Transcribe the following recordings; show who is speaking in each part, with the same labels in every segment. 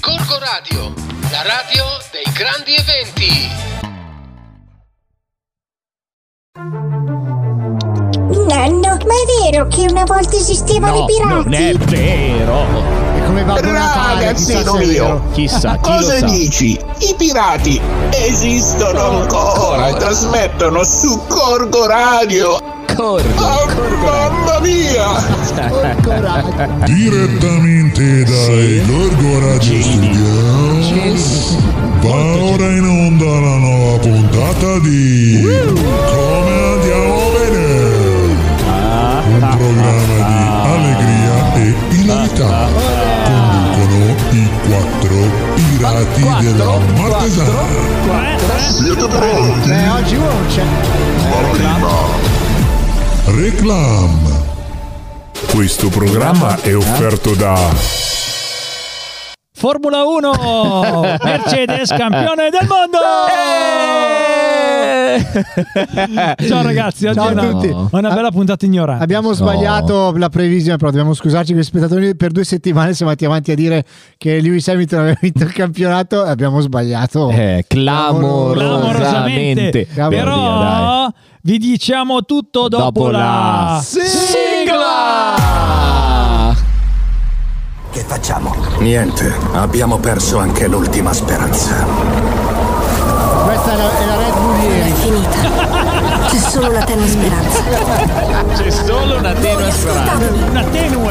Speaker 1: Gorgo Radio, la radio dei grandi eventi.
Speaker 2: Nanno, ma è vero che una volta esistevano i pirati?
Speaker 3: non è vero.
Speaker 4: È come Babbo Natale, chissà
Speaker 5: Ragazzino
Speaker 4: se è
Speaker 5: mio,
Speaker 4: vero.
Speaker 3: Chissà, chi lo
Speaker 5: cosa
Speaker 3: sa.
Speaker 5: dici? I pirati esistono ancora e trasmettono su Corgo Radio.
Speaker 3: Corgo.
Speaker 5: Oh, mamma mia!
Speaker 4: Corcoraggio.
Speaker 6: Direttamente dai Gorgo Radio Studios va ora in onda la nuova puntata di Come andiamo bene un programma di allegria e hilarità conducono i quattro pirati della Martesana
Speaker 5: Siete pronti?
Speaker 4: Eh, oggi uno non c'è.
Speaker 6: Reclam questo programma è offerto da
Speaker 7: Formula 1, Mercedes campione del mondo!
Speaker 3: Eh,
Speaker 7: Eh! Ciao ragazzi, oggi
Speaker 4: Ciao
Speaker 7: è
Speaker 4: a
Speaker 7: una,
Speaker 4: tutti.
Speaker 7: è una bella puntata ignorante.
Speaker 4: Abbiamo sbagliato la previsione, però dobbiamo scusarci con gli spettatori. Per due settimane siamo andati avanti a dire che Lewis Hamilton aveva vinto il campionato e abbiamo sbagliato.
Speaker 3: Eh,
Speaker 7: Clamorosamente.
Speaker 3: clamorosamente. Per dire,
Speaker 4: Clamorosamente.
Speaker 3: dai.
Speaker 7: Però vi diciamo tutto dopo,
Speaker 3: dopo la sigla.
Speaker 8: Che facciamo? Niente, abbiamo perso anche l'ultima speranza.
Speaker 4: Questa è la, è la Red Bull ieri.
Speaker 9: finita. C'è solo una tenue speranza.
Speaker 3: C'è solo una tenue
Speaker 9: Ascoltatemi!
Speaker 7: Una tenue.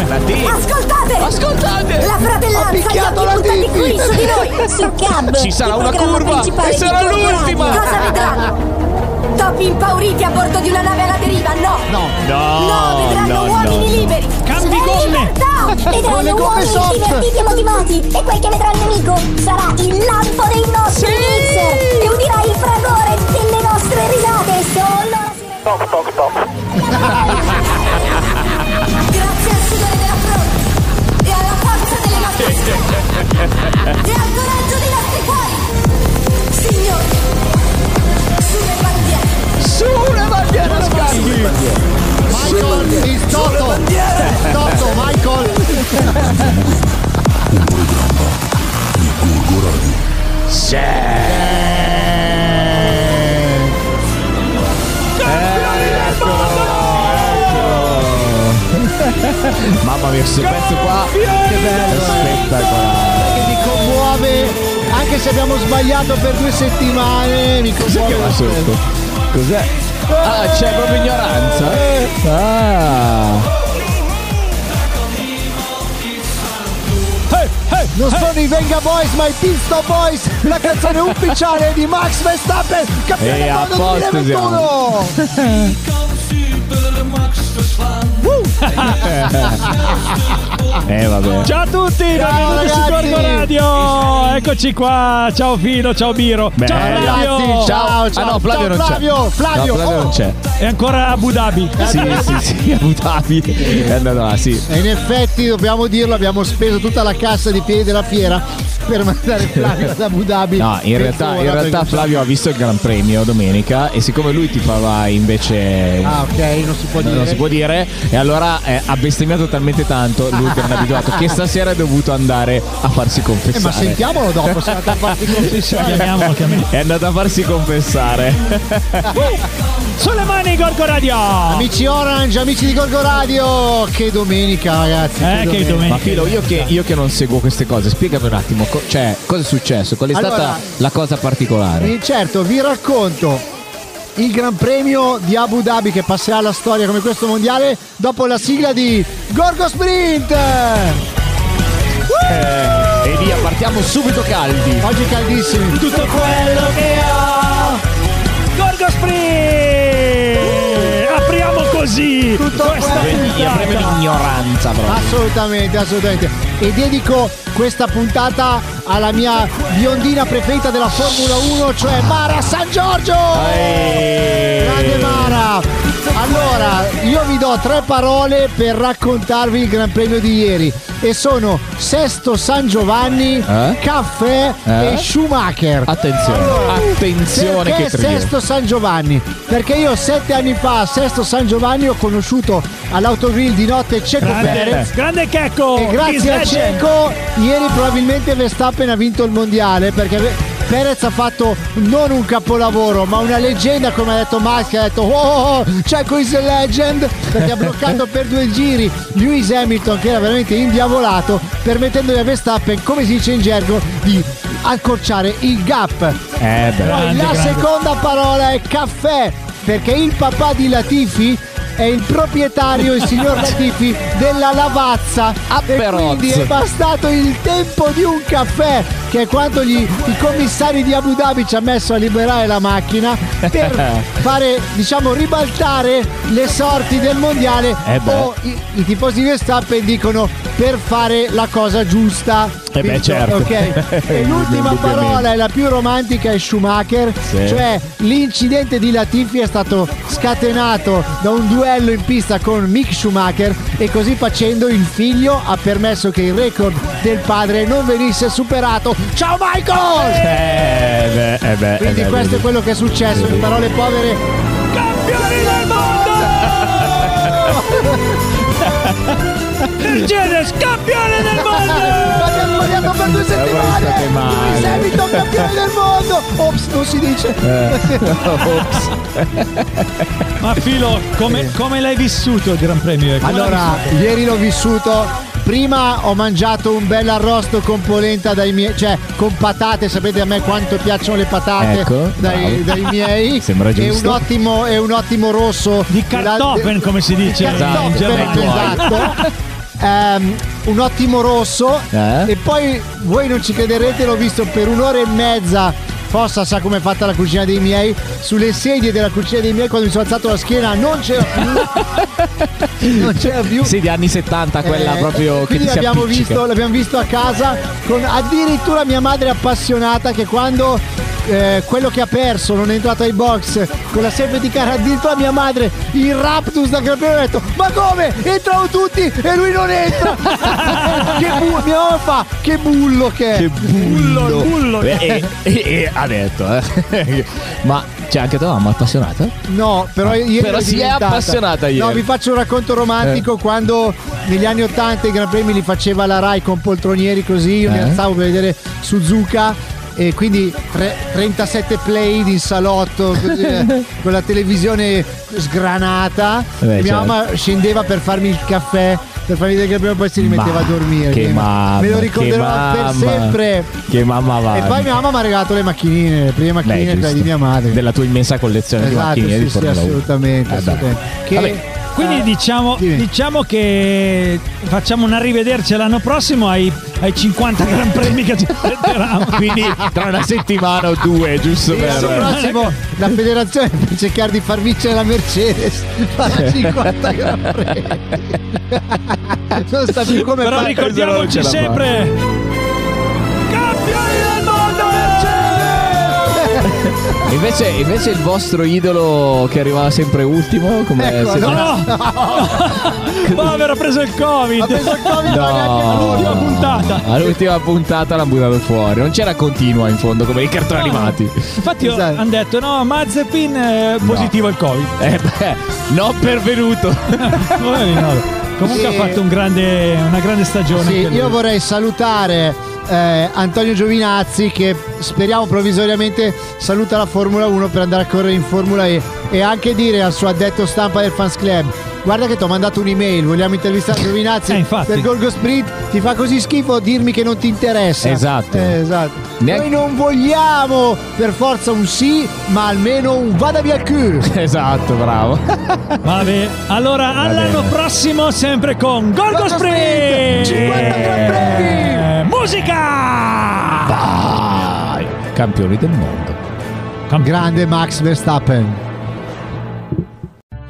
Speaker 9: Ascoltate! Ascoltate! La fratellanza vi ha buttati qui su di noi!
Speaker 2: Su Gab,
Speaker 3: Ci sarà
Speaker 2: il
Speaker 3: una
Speaker 2: programma
Speaker 3: curva
Speaker 2: principale
Speaker 3: e
Speaker 2: di
Speaker 3: sarà
Speaker 2: Gorgo
Speaker 3: l'ultima.
Speaker 2: Radio.
Speaker 9: Cosa vedranno? Topi impauriti a bordo di una nave alla deriva? No! No!
Speaker 3: No,
Speaker 9: vedranno
Speaker 3: no,
Speaker 9: uomini
Speaker 3: no.
Speaker 9: liberi!
Speaker 7: Cambi gomme.
Speaker 2: Libertà!
Speaker 4: Con le
Speaker 2: Vedranno
Speaker 4: gomme
Speaker 2: uomini
Speaker 4: soft.
Speaker 2: divertiti e motivati e quel che vedrà il nemico sarà il lampo dei nostri mixer e udirà il fragore delle nostre risate solo la sirena-
Speaker 5: Toc toc toc.
Speaker 2: Grazie al sudore della fronte e alla forza delle nostre spalle e al coraggio dei nostri cuori. Signori, sulle bandiere.
Speaker 4: Michael, il Toto. Toto, Michael.
Speaker 3: Mamma mia, questo pezzo qua che bello. spettacolare.
Speaker 4: Che mi commuove. Anche se abbiamo sbagliato per due settimane, mi
Speaker 3: Cos'è che va
Speaker 4: commuove.
Speaker 3: sotto? Cos'è? Ah, c'è proprio ignoranza. Ah.
Speaker 4: Non sono i Venga Boys, ma i Pizza Boys, la canzone ufficiale di Max Verstappen, campione
Speaker 3: E
Speaker 4: del
Speaker 3: a
Speaker 4: mondo
Speaker 3: posto
Speaker 4: 2021.
Speaker 3: Eh vabbè.
Speaker 7: Ciao a tutti, benvenuti su
Speaker 4: ragazzi.
Speaker 7: Gorgo Radio. Eccoci qua. Ciao Fino, ciao Biro. Ciao
Speaker 3: Bella.
Speaker 7: Flavio.
Speaker 4: Ragazzi, ciao, ciao,
Speaker 3: Ah no, Flavio
Speaker 4: ciao,
Speaker 3: non c'è.
Speaker 4: Flavio, Flavio,
Speaker 3: No, Flavio
Speaker 4: oh.
Speaker 3: non c'è.
Speaker 7: E ancora Abu Dhabi.
Speaker 3: Eh Sì, sì, sì, Abu Dhabi. Eh, no, no, sì.
Speaker 4: E in effetti dobbiamo dirlo, abbiamo speso tutta la cassa di piedi della fiera per mandare Flavio ad Abu Dhabi.
Speaker 3: No, in
Speaker 4: Per
Speaker 3: realtà, in
Speaker 4: favore,
Speaker 3: realtà
Speaker 4: perché-
Speaker 3: Flavio ha visto il Gran Premio domenica e siccome lui ti fa invece
Speaker 4: Ah, ok, non si può dire.
Speaker 3: non si può dire e allora eh, ha bestemmiato talmente tanto lui che non è abituato che stasera è dovuto andare a farsi
Speaker 4: Eh, ma
Speaker 3: confessare. Cioè,
Speaker 4: sentiamolo dopo, se andate a farti confessione.
Speaker 7: Chiamiamolo, chiamiamolo.
Speaker 3: è andato a farsi confessare.
Speaker 7: Sulle mani Gorgo Radio.
Speaker 4: Amici Orange, amici di Gorgo Radio, che domenica ragazzi.
Speaker 7: Eh, che
Speaker 3: Ma
Speaker 7: domenica.
Speaker 3: Filo, io che,
Speaker 4: esatto.
Speaker 3: io che non seguo queste cose, spiegami un attimo, co- cioè, cosa è successo? Qual è stata
Speaker 4: Allora-
Speaker 3: la cosa particolare?
Speaker 4: Eh, Certo, vi racconto il Gran Premio di Abu Dhabi che passerà alla storia come questo mondiale dopo la sigla di Gorgo Sprint.
Speaker 3: Eh, e via, partiamo subito caldi.
Speaker 4: Oggi caldissimi.
Speaker 7: tutto quello che ho. Gorgo Spree! Apriamo così
Speaker 4: Tutto
Speaker 7: questa
Speaker 4: quello che
Speaker 3: Via,
Speaker 7: puntata.
Speaker 3: prima l'ignoranza proprio.
Speaker 4: Assolutamente, assolutamente. E dedico questa puntata alla mia biondina preferita della Formula 1, cioè Mara San Giorgio. Grande Mara! Allora, io vi do tre parole per raccontarvi il Gran Premio di ieri e sono Sesto San Giovanni,
Speaker 3: Eh?
Speaker 4: Caffè
Speaker 3: Eh?
Speaker 4: e Schumacher.
Speaker 3: Attenzione, attenzione
Speaker 4: Perché
Speaker 3: che trio.
Speaker 4: Sesto San Giovanni? Perché io sette anni fa a Sesto San Giovanni ho conosciuto all'autogrill di notte Ceco Perez
Speaker 7: Grande, grande Checco!
Speaker 4: e grazie a
Speaker 7: Is legend.
Speaker 4: Ceco ieri probabilmente Verstappen ha vinto il mondiale perché Perez ha fatto non un capolavoro ma una leggenda come ha detto Max che ha detto oh, oh, Checo is a legend perché ha bloccato per due giri Lewis Hamilton che era veramente indiavolato permettendogli a Verstappen come si dice in gergo di accorciare il gap
Speaker 3: Eh, beh.
Speaker 4: poi la seconda parola è caffè, perché il papà di Latifi è il proprietario, il signor Latifi, della Lavazza. E
Speaker 3: Aperozzo.
Speaker 4: quindi è bastato il tempo di un caffè, che è quanto gli- i commissari di Abu Dhabi ci ha messo a liberare la macchina, per fare, diciamo, ribaltare le sorti del mondiale.
Speaker 3: Eh beh.
Speaker 4: o i, i tifosi di Verstappen dicono per fare la cosa giusta.
Speaker 3: Eh beh,
Speaker 4: Capito?
Speaker 3: certo.
Speaker 4: Ok. E l'ultima
Speaker 3: Indubbiamente.
Speaker 4: parola è la più romantica è Schumacher,
Speaker 3: Sì.
Speaker 4: cioè l'incidente di Latifi è stato scatenato da un duello in pista con Mick Schumacher e così facendo il figlio ha permesso che il record del padre non venisse superato. Ciao Michael!
Speaker 3: Eh, beh, eh, beh, eh,
Speaker 4: Quindi
Speaker 3: beh,
Speaker 4: questo è
Speaker 3: vedi.
Speaker 4: quello che è successo, in parole povere.
Speaker 7: Mercedes, campione del mondo!
Speaker 4: Abbiamo Ah, sbagliato per due
Speaker 3: state male.
Speaker 4: settimane! Lewis Hamilton campione del mondo! Ops, non si dice!
Speaker 7: Ma Filo, come, come l'hai vissuto il Gran Premio? Come
Speaker 4: Allora,
Speaker 7: l'hai
Speaker 4: ieri l'ho vissuto. Prima ho mangiato un bel arrosto con polenta dai miei, cioè con patate, sapete a me quanto piacciono le patate
Speaker 3: Ecco,
Speaker 4: dai,
Speaker 3: bravo.
Speaker 4: dai miei.
Speaker 3: Sembra
Speaker 4: E un
Speaker 3: giusto.
Speaker 4: ottimo, e un ottimo rosso.
Speaker 7: Di
Speaker 4: La-
Speaker 7: Kartoffeln, come si dice in
Speaker 4: Kartoffeln,
Speaker 7: Germania.
Speaker 4: esatto. Ehm, un ottimo rosso.
Speaker 3: Eh?
Speaker 4: E poi voi non ci crederete, l'ho visto per un'ora e mezza. Fossa sa come è fatta la cucina dei miei. Sulle sedie della cucina dei miei, quando mi sono alzato la schiena, non c'era più. non c'era più.
Speaker 3: Sì, di anni 70, quella
Speaker 4: Eh,
Speaker 3: proprio che
Speaker 4: quindi
Speaker 3: ti si
Speaker 4: l'abbiamo
Speaker 3: appiccica.
Speaker 4: visto, l'abbiamo visto a casa con addirittura mia madre appassionata che quando eh, quello che ha perso non è entrato ai box con la safety car addirittura mia madre il raptus da campione ha detto ma come entrano tutti e lui non entra che bu- mia mamma fa che bullo che è
Speaker 3: Che bullo, Beh, e, e- e eh, ha detto, eh. ma c'è anche tua mamma appassionata?
Speaker 4: No, però ieri
Speaker 3: Ah, Però
Speaker 4: l'ho
Speaker 3: si è
Speaker 4: diventata.
Speaker 3: appassionata ieri. Eh.
Speaker 4: No, vi faccio un racconto romantico quando negli anni 80 i Gran Premi li faceva la Rai con poltronieri così, io mi
Speaker 3: Eh.
Speaker 4: alzavo per vedere Suzuka e quindi tre- 37 play in salotto così, eh, con la televisione sgranata
Speaker 3: Eh beh,
Speaker 4: E mia
Speaker 3: certo.
Speaker 4: mamma scendeva per farmi il caffè per farmi vedere il Gran Premio poi si rimetteva
Speaker 3: Ma
Speaker 4: a dormire
Speaker 3: Che
Speaker 4: quindi
Speaker 3: mamma.
Speaker 4: me lo
Speaker 3: che
Speaker 4: ricorderò per
Speaker 3: mamma.
Speaker 4: sempre
Speaker 3: Che mamma va.
Speaker 4: e poi mia mamma mi ha regalato le macchinine le prime
Speaker 3: Beh,
Speaker 4: macchinine
Speaker 3: giusto.
Speaker 4: tra di mia madre
Speaker 3: Della tua immensa collezione di
Speaker 4: esatto,
Speaker 3: macchinine
Speaker 4: sì,
Speaker 3: di
Speaker 4: sì,
Speaker 3: Eh, Formula 1.
Speaker 4: assolutamente,
Speaker 3: Eh, beh.
Speaker 4: assolutamente. Che-
Speaker 3: Vabbè.
Speaker 7: Quindi
Speaker 4: eh,
Speaker 7: diciamo,
Speaker 4: dimmi.
Speaker 7: diciamo che facciamo un arrivederci l'anno prossimo ai, ai 50 Gran Premi che ci aspetteranno.
Speaker 3: Quindi tra una settimana o due, giusto per...
Speaker 4: l'anno prossimo la federazione per cercare di far vincere la Mercedes fa
Speaker 3: Eh.
Speaker 4: 50 Gran Premi. non sta più come
Speaker 7: Però
Speaker 4: fare.
Speaker 7: ricordiamoci
Speaker 3: ce la fa.
Speaker 7: sempre... Campioni del mondo Mercedes!
Speaker 3: Invece, invece il vostro idolo che arrivava sempre ultimo, come
Speaker 4: Ecco,
Speaker 3: sembra-
Speaker 4: no,
Speaker 7: No! Povero, ha preso il
Speaker 4: ha
Speaker 7: Covid!
Speaker 4: preso il Covid ma neanche
Speaker 3: No.
Speaker 4: l'ultima
Speaker 7: All'ultima puntata.
Speaker 3: All'ultima puntata l'hanno buttato fuori. Non c'era continua in fondo come i cartoni animati.
Speaker 7: Infatti ho-
Speaker 4: Esatto.
Speaker 7: hanno detto no, Mazepin eh, positivo al Covid.
Speaker 3: Eh beh, non pervenuto.
Speaker 7: Poverino. Comunque
Speaker 4: Sì.
Speaker 7: ha fatto un grande- una grande stagione.
Speaker 4: Sì,
Speaker 7: anche lui.
Speaker 4: io vorrei salutare eh, Antonio Giovinazzi che speriamo provvisoriamente saluta la Formula 1 per andare a correre in Formula E e anche dire al suo addetto stampa del Fans Club guarda che ti ho mandato un'email vogliamo intervistare Giovinazzi
Speaker 7: Eh, infatti.
Speaker 4: per Golgo Sprint ti fa così schifo dirmi che non ti interessa
Speaker 3: Esatto.
Speaker 4: Eh, esatto.
Speaker 3: Neanche-
Speaker 4: noi non vogliamo per forza un sì ma almeno un vada via Q
Speaker 3: esatto, bravo.
Speaker 7: Vabbè, allora all'anno prossimo sempre con Golgo Sprint! Eh,
Speaker 4: Sprint, 50 Gran Premi!
Speaker 7: Musica!
Speaker 3: Vai. Campioni del mondo.
Speaker 4: Grande Max Verstappen.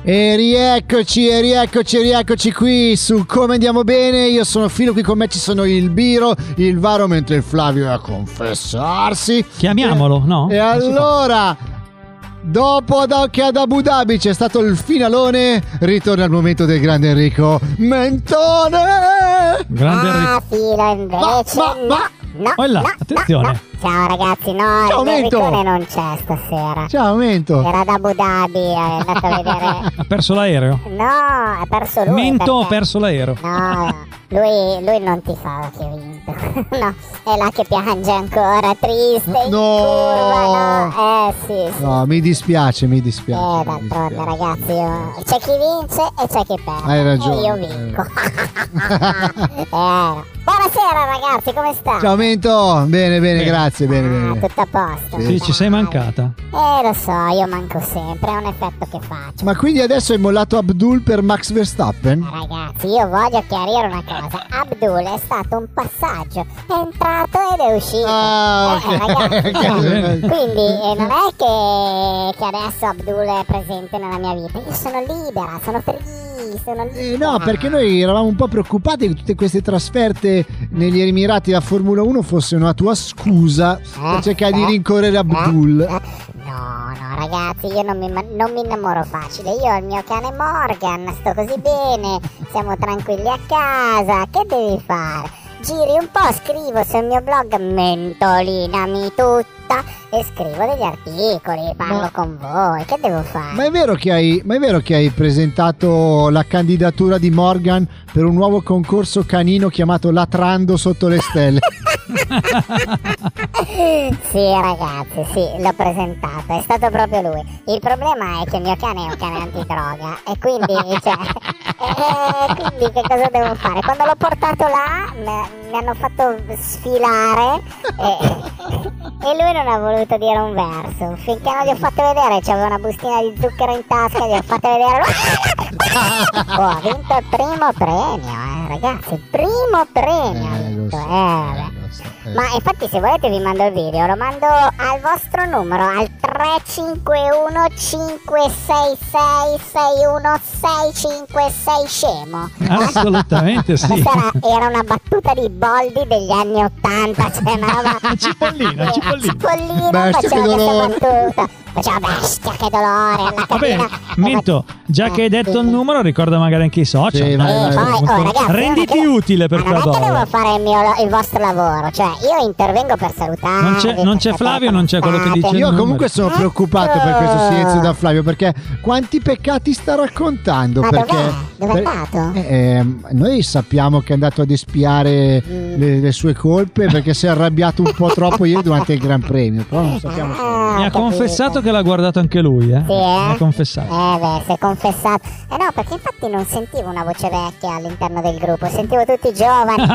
Speaker 4: E rieccoci, e rieccoci, e rieccoci qui su Come Andiamo Bene. Io sono Filo, qui con me ci sono il Biro, il Varo, mentre il Flavio è a confessarsi.
Speaker 7: Chiamiamolo, no?
Speaker 4: E allora, dopo ad- che ad Abu Dhabi c'è stato il finalone, ritorna il momento del grande Enrico Mentone!
Speaker 7: Grande
Speaker 9: Ah, filo invece.
Speaker 4: Ma, ma, ma!
Speaker 9: No,
Speaker 7: Oh là,
Speaker 9: no,
Speaker 7: attenzione.
Speaker 9: no, no.
Speaker 10: Ciao ragazzi, no,
Speaker 4: Ciao,
Speaker 10: il Del
Speaker 4: Mento.
Speaker 10: Riccone non c'è stasera.
Speaker 4: Ciao Mento.
Speaker 10: Era ad Abu Dhabi, eh, è andato a vedere.
Speaker 7: Ha perso l'aereo.
Speaker 10: No, ha
Speaker 4: Eh,
Speaker 10: perso lui.
Speaker 7: Mento ha
Speaker 10: perché-
Speaker 7: perso l'aereo.
Speaker 10: No, lui, lui non ti fa che ho vinto. No, è là che piange ancora, triste. in curva, no. Eh sì, sì.
Speaker 4: No, mi dispiace, mi dispiace.
Speaker 10: Eh, d'altronde, ragazzi, io- c'è chi vince e c'è chi perde.
Speaker 4: Hai ragione,
Speaker 10: E io vinco. Eh, no. Buonasera, ragazzi, come state?
Speaker 4: Ciao Mento, bene, bene, grazie, bene, bene.
Speaker 10: Ah,
Speaker 4: bene.
Speaker 10: tutto a posto.
Speaker 7: Sì, ci sei mancata.
Speaker 10: Eh, lo so, io manco sempre, è un effetto che faccio.
Speaker 4: Ma quindi adesso hai mollato Abdul per Max Verstappen?
Speaker 10: Ragazzi, io voglio chiarire una cosa. Abdul è stato un passaggio, è entrato ed è uscito.
Speaker 4: Ah,
Speaker 10: Eh, ragazzi,
Speaker 4: ok.
Speaker 10: quindi eh, non è che, che adesso Abdul è presente nella mia vita. Io sono libera, sono felice, sono libera.
Speaker 4: Eh, no, perché noi eravamo un po' preoccupati che tutte queste trasferte negli Emirati da Formula 1 fossero una tua scusa per cercare di rincorrere Abdul.
Speaker 10: Eh? No, no, ragazzi, io non mi, ma- non mi innamoro facile. Io ho il mio cane Morgan, sto così bene, siamo tranquilli a casa. Che devi fare? Giri un po', scrivo sul mio blog mentolinami tutta e scrivo degli articoli, parlo
Speaker 4: Ma-
Speaker 10: con voi. Che devo fare?
Speaker 4: Ma è, vero che hai, ma è vero che hai presentato la candidatura di Morgan per un nuovo concorso canino chiamato Latrando sotto le stelle?
Speaker 10: Sì, ragazzi, sì, l'ho presentato, è stato proprio lui. Il problema è che il mio cane è un cane antidroga e quindi, cioè, eh, quindi che cosa devo fare? Quando l'ho portato là m- mi hanno fatto sfilare e, e lui non ha voluto dire un verso. Finché non gli ho fatto vedere, c'aveva una bustina di zucchero in tasca, gli ho fatto vedere... Oh, ha vinto il primo premio, eh, ragazzi, il primo premio.
Speaker 4: Eh,
Speaker 10: ha
Speaker 4: lo
Speaker 10: vinto,
Speaker 4: so,
Speaker 10: eh, beh. Ma infatti se volete vi mando il video, lo mando al vostro numero, al 351 566 6165 scemo.
Speaker 4: Ah.
Speaker 7: Assolutamente sì.
Speaker 10: Questa era, era una battuta di Boldi degli anni 80, cioè una roba...
Speaker 7: Cipollina,
Speaker 10: Sì,
Speaker 7: cipollina.
Speaker 10: Cipollina
Speaker 4: Bestia, che
Speaker 10: faceva questa
Speaker 4: dolore.
Speaker 10: battuta. Faceva bestia che dolore, alla
Speaker 7: Va bene,
Speaker 10: catena.
Speaker 7: Mento, già che hai detto il numero, ricorda magari anche i social. dai,
Speaker 4: Sì, vai,
Speaker 7: a
Speaker 10: Eh,
Speaker 7: questo
Speaker 10: poi,
Speaker 7: punto.
Speaker 10: oh, ragazzi,
Speaker 7: Renditi
Speaker 10: guarda che-
Speaker 7: utile per
Speaker 10: ma non è che
Speaker 7: Cadore.
Speaker 10: devo fare il, mio- il vostro lavoro, cioè io intervengo per salutarvi.
Speaker 7: Non c'è- non c'è
Speaker 10: per sapere
Speaker 7: Flavio,
Speaker 10: come
Speaker 7: non c'è quello che
Speaker 10: state.
Speaker 7: dice-
Speaker 4: Io
Speaker 7: numero.
Speaker 4: comunque sono preoccupato per questo silenzio da Flavio perché quanti peccati sta raccontando?
Speaker 10: Ma
Speaker 4: perché
Speaker 10: dov'è? Dov'è andato?
Speaker 4: Eh, ehm, noi sappiamo che è andato ad espiare
Speaker 10: Mm.
Speaker 4: le, le sue colpe perché si è arrabbiato un po' troppo ieri durante il Gran Premio. Però non sappiamo. se-
Speaker 10: Ah,
Speaker 7: Mi ha
Speaker 10: capito.
Speaker 7: confessato che l'ha guardato anche lui, eh.
Speaker 10: Sì, eh?
Speaker 7: Mi ha confessato.
Speaker 10: Eh beh, si è confessato. Eh no, perché infatti non sentivo una voce vecchia all'interno del gruppo, sentivo tutti i giovani,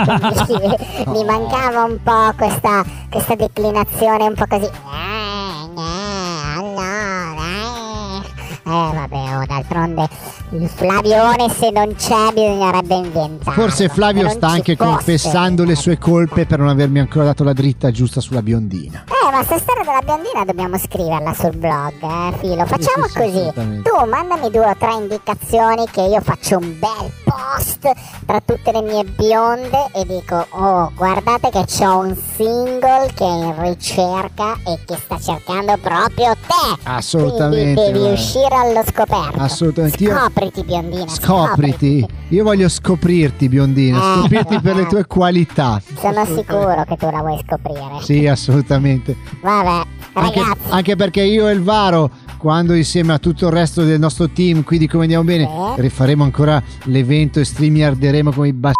Speaker 10: quindi mi mancava un po' questa, questa declinazione un po' così. Eh, eh, allora, eh. Eh, vabbè, oh, d'altronde il Flavione se non c'è bisognerebbe inventarlo.
Speaker 4: Forse Flavio
Speaker 10: Se non
Speaker 4: sta
Speaker 10: ci
Speaker 4: anche
Speaker 10: fosse,
Speaker 4: confessando le sue
Speaker 10: bisognerebbe
Speaker 4: colpe per non avermi ancora dato la dritta giusta sulla biondina.
Speaker 10: Eh, ma sta storia della biondina dobbiamo scriverla sul blog, eh, Filo. Facciamo
Speaker 4: sì, sì,
Speaker 10: così.
Speaker 4: assolutamente.
Speaker 10: Tu mandami due o tre indicazioni che io faccio un bel post tra tutte le mie bionde e dico, oh, guardate che c'ho un single che è in ricerca e che sta cercando proprio te.
Speaker 4: Assolutamente,
Speaker 10: Quindi devi
Speaker 4: guarda.
Speaker 10: uscire allo scoperto.
Speaker 4: Assolutamente, io-
Speaker 10: Scopriti, biondina.
Speaker 4: Scopriti, io voglio scoprirti biondina,
Speaker 10: Eh,
Speaker 4: scoprirti per le
Speaker 10: guarda.
Speaker 4: tue qualità.
Speaker 10: Sono sicuro che tu la vuoi scoprire.
Speaker 4: Sì, assolutamente.
Speaker 10: Vabbè,
Speaker 4: Anche,
Speaker 10: ragazzi.
Speaker 4: anche perché io e il Varo, quando insieme a tutto il resto del nostro team, qui di come andiamo bene,
Speaker 10: Sì.
Speaker 4: rifaremo ancora l'evento e streamerderemo come i b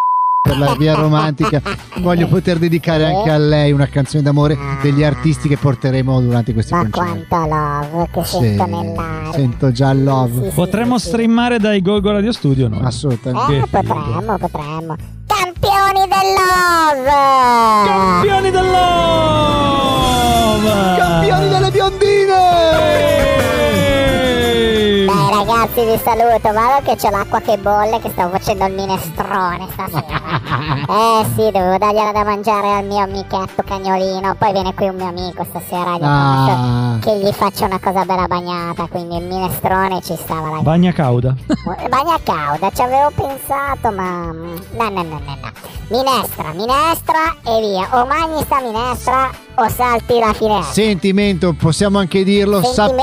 Speaker 4: per la via romantica. Voglio poter dedicare
Speaker 10: Sì.
Speaker 4: anche a lei una canzone d'amore degli artisti che porteremo durante questi
Speaker 10: Ah. Ma
Speaker 4: concerti.
Speaker 10: quanto love che
Speaker 4: Sì,
Speaker 10: sento nell'aria.
Speaker 4: sento già il love.
Speaker 10: Sì, sì,
Speaker 7: Potremmo
Speaker 10: sì, sì.
Speaker 7: streamare dai Golgo Radio Studio noi.
Speaker 4: Assolutamente.
Speaker 10: Eh,
Speaker 7: Che figo.
Speaker 10: potremmo, potremmo. Campioni del love!
Speaker 7: Campioni del Love!
Speaker 4: Campioni delle biondine!
Speaker 7: Ehi!
Speaker 10: Dai ragazzi, vi saluto. Vado che c'ho l'acqua che bolle, che stavo facendo il minestrone stasera. eh sì, dovevo dargliela da mangiare al mio amichetto cagnolino. Poi viene qui un mio amico stasera. Gli ho
Speaker 4: Ah.
Speaker 10: promesso che gli faccio una cosa bella bagnata. Quindi il minestrone ci stava, ragazzi.
Speaker 7: Bagna cauda.
Speaker 11: Eh,
Speaker 10: Bagna cauda, ci avevo pensato, ma. No, no, no, no, no. Minestra, minestra e via. O mangi sta minestra
Speaker 11: o salti la finestra.
Speaker 4: Sentimento, possiamo anche dirlo,
Speaker 11: Sentimento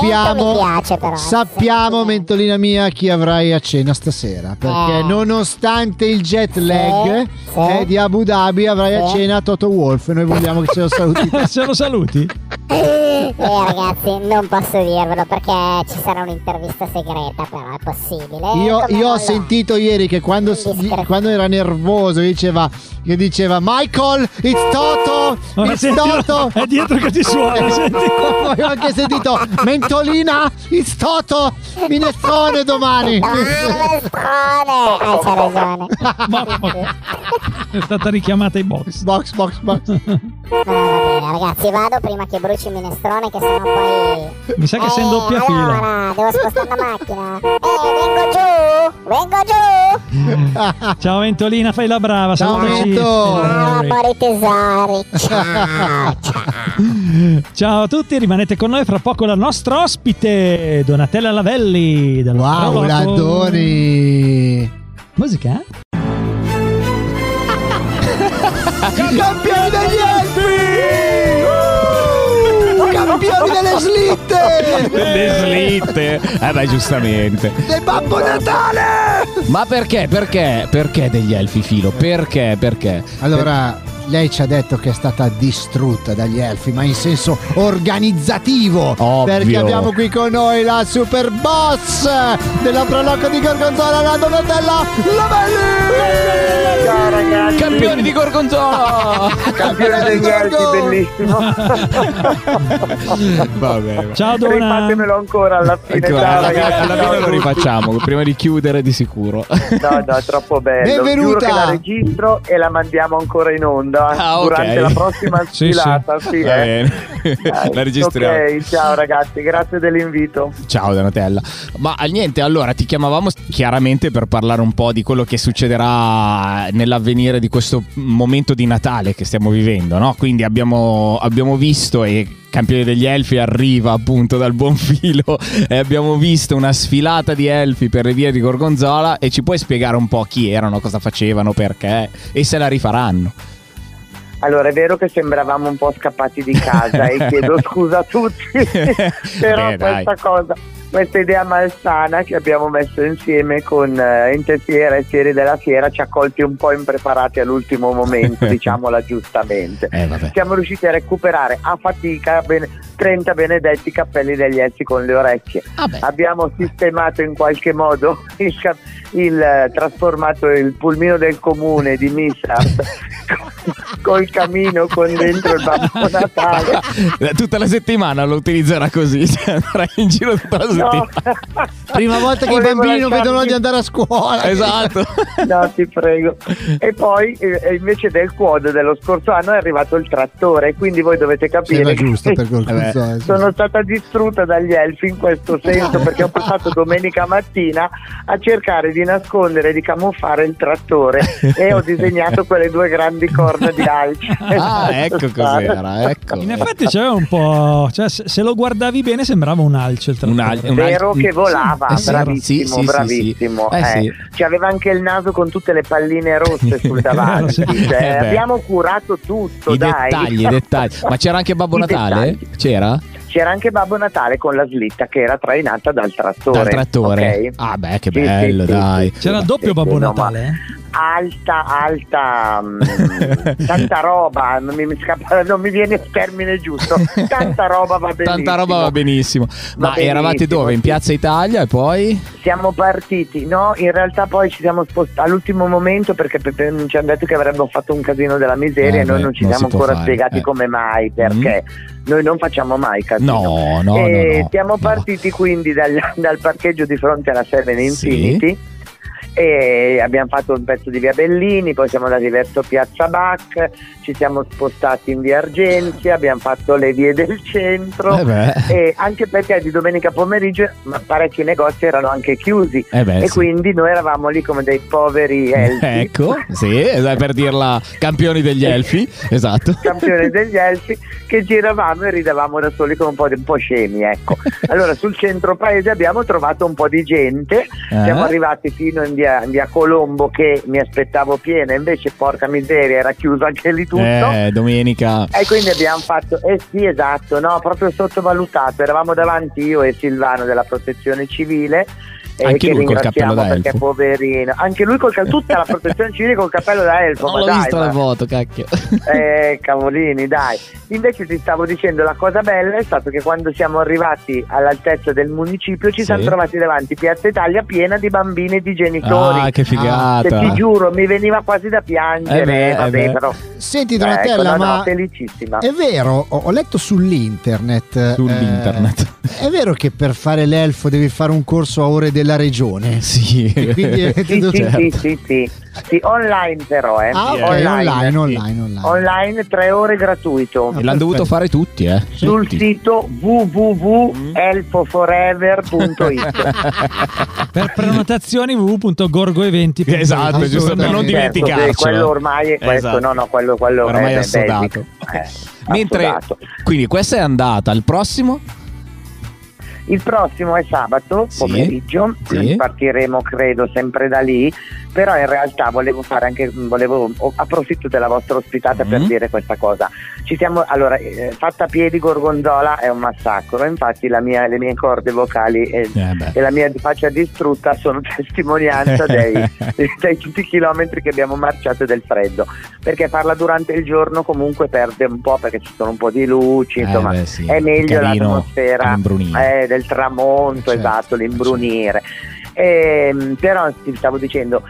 Speaker 11: mi
Speaker 4: sappiamo,
Speaker 11: piace però, eh.
Speaker 4: sappiamo mentolina mia chi avrai a cena stasera, perché
Speaker 11: Eh.
Speaker 4: nonostante il jet lag
Speaker 11: sì.
Speaker 4: eh, di Abu Dhabi avrai a
Speaker 11: Sì.
Speaker 4: cena Toto Wolf, noi vogliamo che ce lo saluti.
Speaker 7: Se lo saluti?
Speaker 11: Eh ragazzi, non posso dirvelo perché ci sarà un'intervista segreta, però è possibile.
Speaker 4: Io,
Speaker 11: Come
Speaker 4: io ho
Speaker 11: no?
Speaker 4: sentito ieri che quando, s-
Speaker 11: Quindi scherzo.
Speaker 4: quando era nervoso diceva, che diceva Michael, it's Toto,
Speaker 7: Ma
Speaker 4: it's
Speaker 7: sentilo,
Speaker 4: Toto.
Speaker 7: È dietro che ti suona, senti.
Speaker 4: Avevo anche sentito mentolina, it's Toto, minestrone domani.
Speaker 11: Minestrone! Ah, c'è ragione.
Speaker 7: È stata richiamata in box.
Speaker 4: Box, box, box.
Speaker 11: No, va bene, ragazzi, vado prima che bruci il minestrone, che sennò poi. Eh,
Speaker 7: Mi sa che sei in
Speaker 10: Oh,
Speaker 7: doppia fila.
Speaker 11: allora, devo spostare la macchina. Eh, vengo giù! Vengo giù!
Speaker 7: Ciao Ventolina, fai la brava.
Speaker 4: Ciao,
Speaker 7: salutaci.
Speaker 4: Vento.
Speaker 11: Ciao,
Speaker 7: Ciao,
Speaker 11: amori tesori! Ciao!
Speaker 7: Ciao a tutti, rimanete con noi fra poco la nostra ospite, Donatella Lavelli. dalla
Speaker 4: Wow,
Speaker 7: Provoco.
Speaker 4: Landoni.
Speaker 7: Musica? eh?
Speaker 4: Campioni degli elfi! Campioni delle slitte!
Speaker 3: Le slitte. Eh beh, giustamente.
Speaker 4: Del Babbo Natale!
Speaker 3: Ma perché? Perché? Perché degli elfi filo? Perché? Perché?
Speaker 4: Allora, lei ci ha detto che è stata distrutta dagli elfi, ma in senso organizzativo.
Speaker 3: Ovvio.
Speaker 4: Perché abbiamo qui con noi la super boss della Proloco di Gorgonzola, la Donatella Lavelli!
Speaker 10: Ciao ragazzi,
Speaker 3: Campioni di Gorgonzola!
Speaker 10: campione degli archi, bellissimo.
Speaker 3: Vabbè.
Speaker 7: Ciao Dona.
Speaker 10: Rifatemelo ancora alla fine.
Speaker 3: Ecco,
Speaker 10: Ciao
Speaker 3: alla, fine-
Speaker 10: ragazzi,
Speaker 3: alla
Speaker 10: ciao
Speaker 3: fine
Speaker 10: a
Speaker 3: lo
Speaker 10: tutti.
Speaker 3: rifacciamo, prima di chiudere di sicuro.
Speaker 10: No, no, è troppo bello. Giuro
Speaker 4: Benvenuta.
Speaker 10: che la registro e la mandiamo ancora in onda
Speaker 3: Ah, ok.
Speaker 10: durante la prossima
Speaker 7: Sì, sì.
Speaker 10: sfilata. Sì,
Speaker 3: Va
Speaker 10: eh.
Speaker 3: bene.
Speaker 10: Dai,
Speaker 3: La registriamo.
Speaker 10: Ok, ciao ragazzi, grazie dell'invito.
Speaker 3: Ciao Donatella. Ma ah, niente, allora ti chiamavamo chiaramente per parlare un po' di quello che succederà nell'avvenire di questo momento di Natale che stiamo vivendo, no? Quindi abbiamo, abbiamo visto e Campione degli Elfi arriva appunto dal buon filo e abbiamo visto una sfilata di elfi per le vie di Gorgonzola e ci puoi spiegare un po' chi erano, cosa facevano, perché e se la rifaranno.
Speaker 10: Allora, è vero che sembravamo un po' scappati di casa e chiedo scusa a tutti, però
Speaker 3: Beh, Eh, dai.
Speaker 10: questa cosa, questa idea malsana che abbiamo messo insieme con eh, Ente Fiera e Fieri della Fiera ci ha colti un po' impreparati all'ultimo momento, diciamola giustamente.
Speaker 3: Eh vabbè.
Speaker 10: Siamo riusciti a recuperare a fatica ben- 30 benedetti cappelli degli elfi con le orecchie. Abbiamo sistemato in qualche modo il, cap- il, eh, trasformato il pulmino del comune di Missard col camino con dentro il Babbo Natale.
Speaker 3: Eh, Tutta la settimana lo utilizzerà così, cioè, andrà in giro tutta la settimana.
Speaker 10: No.
Speaker 4: Prima volta che i
Speaker 10: Volevo
Speaker 4: bambini non
Speaker 10: lasciarti-
Speaker 4: vedono l'ora di andare a scuola.
Speaker 3: Esatto.
Speaker 10: No, ti prego. E poi eh, invece del quad dello scorso anno è arrivato il trattore, quindi voi dovete
Speaker 4: Sembra
Speaker 10: capire
Speaker 4: giusto per Gorgonzola. sì.
Speaker 10: Eh sono stata distrutta dagli elfi in questo senso perché ho passato domenica mattina a cercare di nascondere e di camuffare il trattore e ho disegnato quelle due grandi corna di alce.
Speaker 3: Ah, ecco cos'era, ecco.
Speaker 7: In effetti c'era un po'. Cioè, se se lo guardavi bene, sembrava un alce il
Speaker 3: Un
Speaker 7: trattore.
Speaker 3: al- un al-
Speaker 10: Vero che volava,
Speaker 3: Eh sì, sì,
Speaker 10: bravissimo,
Speaker 3: sì, sì,
Speaker 10: bravissimo.
Speaker 3: sì. Eh
Speaker 10: eh.
Speaker 3: sì.
Speaker 10: Ci aveva anche il naso con tutte le palline rosse sul davanti.
Speaker 7: Eh,
Speaker 10: cioè,
Speaker 3: beh.
Speaker 10: abbiamo curato tutto,
Speaker 3: I
Speaker 10: dai.
Speaker 3: dettagli, i dettagli. Ma c'era anche Babbo
Speaker 10: I
Speaker 3: Natale?
Speaker 10: dettagli.
Speaker 3: C'era?
Speaker 10: C'era anche Babbo Natale con la slitta che era trainata dal trattore.
Speaker 3: Dal trattore.
Speaker 10: ok?
Speaker 3: Ah, beh, che
Speaker 10: Sì,
Speaker 3: bello,
Speaker 10: sì, sì,
Speaker 3: dai.
Speaker 10: sì,
Speaker 7: C'era il
Speaker 10: sì,
Speaker 7: doppio
Speaker 10: sì,
Speaker 7: Babbo
Speaker 10: no, ma
Speaker 7: Natale. eh?
Speaker 10: alta, alta, mm, tanta roba, non mi, mi scappa- non mi viene il termine giusto. Tanta roba va benissimo.
Speaker 3: Tanta roba va benissimo. Ma
Speaker 10: benissimo,
Speaker 3: eravate dove? In
Speaker 10: sì.
Speaker 3: Piazza Italia e poi?
Speaker 10: Siamo partiti, no? In realtà poi ci siamo spostati all'ultimo momento perché pe- pe- ci hanno detto che avremmo fatto un casino della miseria
Speaker 3: Eh
Speaker 10: e noi
Speaker 3: beh,
Speaker 10: non ci
Speaker 3: non
Speaker 10: siamo
Speaker 3: si può
Speaker 10: ancora
Speaker 3: fare,
Speaker 10: spiegati
Speaker 3: eh.
Speaker 10: come mai, perché noi non facciamo mai casino.
Speaker 3: Mm? No, no, no.
Speaker 10: E
Speaker 3: no.
Speaker 10: siamo
Speaker 3: No.
Speaker 10: partiti quindi dal, dal parcheggio di fronte alla Seven
Speaker 3: Sì.
Speaker 10: Infinity e abbiamo fatto un pezzo di via Bellini, poi siamo andati verso Piazza Bac, ci siamo spostati in via Argentia, abbiamo fatto le vie del centro
Speaker 3: Eh beh,
Speaker 10: e anche perché di domenica pomeriggio ma parecchi negozi erano anche chiusi
Speaker 3: eh beh,
Speaker 10: e
Speaker 3: sì.
Speaker 10: quindi noi eravamo lì come dei poveri elfi.
Speaker 3: Ecco, sì, esatto, per dirla campioni degli elfi, esatto.
Speaker 10: campione degli elfi che giravamo e ridavamo da soli come un po', di- un po' scemi ecco allora sul centro paese abbiamo trovato un po' di gente
Speaker 3: Eh?
Speaker 10: siamo arrivati fino in via via, via Colombo che mi aspettavo piena, invece porca miseria era chiuso anche lì tutto.
Speaker 3: Eh, domenica.
Speaker 10: E quindi abbiamo fatto, eh sì esatto, no, proprio sottovalutato, eravamo davanti io e Silvano della protezione civile. eh,
Speaker 3: Anche
Speaker 10: che
Speaker 3: lui col cappello
Speaker 10: ringraziamo
Speaker 3: da
Speaker 10: perché
Speaker 3: elfo.
Speaker 10: poverino, anche lui col cappello, tutta la protezione civile col cappello da elfo. ma
Speaker 12: Non l'ho
Speaker 10: dai,
Speaker 12: vista
Speaker 10: ma-
Speaker 12: la foto, cacchio.
Speaker 10: eh, cavolini, dai. Invece ti stavo dicendo la cosa bella è stato che quando siamo arrivati all'altezza del municipio ci
Speaker 3: Sì.
Speaker 10: siamo trovati davanti Piazza Italia piena di bambini e di genitori.
Speaker 3: Ah, che figata.
Speaker 10: Che ti giuro, mi veniva quasi da piangere.
Speaker 3: Eh beh, eh
Speaker 10: vabbè,
Speaker 3: beh.
Speaker 10: però.
Speaker 4: Senti
Speaker 10: Eh,
Speaker 4: Donatella,
Speaker 10: ecco, no, no,
Speaker 4: ma
Speaker 10: felicissima.
Speaker 4: è vero, ho, ho letto sull'internet. eh,
Speaker 3: Sull'internet.
Speaker 4: è vero che per fare l'elfo devi fare un corso a ore della regione.
Speaker 3: Eh, Sì.
Speaker 4: E quindi eh,
Speaker 10: Sì,
Speaker 4: do-
Speaker 3: certo.
Speaker 10: sì, sì, sì, sì. Sì, online però, eh.
Speaker 4: Ah, ok, online, online, online.
Speaker 10: Online, tre ore gratuito.
Speaker 3: E L'hanno dovuto fare tutti, eh.
Speaker 10: sul
Speaker 3: Tutti. Mm.
Speaker 10: sito www.elfoforever.it
Speaker 7: eh. Per prenotazioni www.gorgoeventi.
Speaker 3: Esatto, giusto, per non dimenticarcelo.
Speaker 10: Certo, sì, quello ormai è questo,
Speaker 3: Esatto.
Speaker 10: no, no, quello, quello
Speaker 3: Ormai
Speaker 10: è
Speaker 3: assodato.
Speaker 10: basic. Eh,
Speaker 3: Mentre,
Speaker 10: assodato.
Speaker 3: quindi questa è andata, il prossimo?
Speaker 10: Il prossimo è sabato pomeriggio,
Speaker 3: sì.
Speaker 10: partiremo credo sempre da lì, però in realtà volevo fare anche, volevo, o- approfitto della vostra ospitata per dire questa cosa. Ci siamo, allora, eh, fatta a piedi gorgonzola è un massacro, infatti la mia- le mie corde vocali e,
Speaker 3: Eh,
Speaker 10: e la mia faccia distrutta sono testimonianza
Speaker 3: Eh,
Speaker 10: dei, dei tutti i chilometri che abbiamo marciato e del freddo, perché farla durante il giorno comunque perde un po' perché ci sono un po' di luci,
Speaker 3: Eh,
Speaker 10: insomma
Speaker 3: beh, sì,
Speaker 10: è meglio
Speaker 3: carino
Speaker 10: l'atmosfera
Speaker 3: l'imbrunire.
Speaker 10: eh, del tramonto, esatto, l'imbrunire. Ehm, però ti stavo dicendo,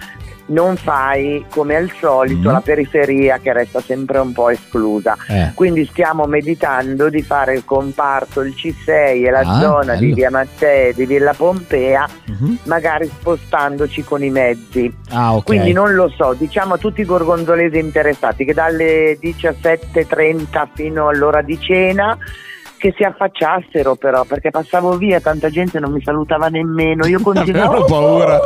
Speaker 10: non fai come al solito
Speaker 13: Mm.
Speaker 10: la periferia che resta sempre un po' esclusa.
Speaker 13: Eh.
Speaker 10: Quindi stiamo meditando di fare il comparto, il C6 e la
Speaker 13: Ah,
Speaker 10: zona di
Speaker 13: bello.
Speaker 10: Via Mattei, di Villa Pompea, magari spostandoci con i mezzi.
Speaker 3: Mhm. Ah, ok.
Speaker 10: Quindi non lo so, diciamo a tutti i gorgonzolesi interessati che dalle 17.30 fino all'ora di cena che si affacciassero però perché passavo via tanta gente non mi salutava nemmeno io continuavo
Speaker 3: Avevo paura.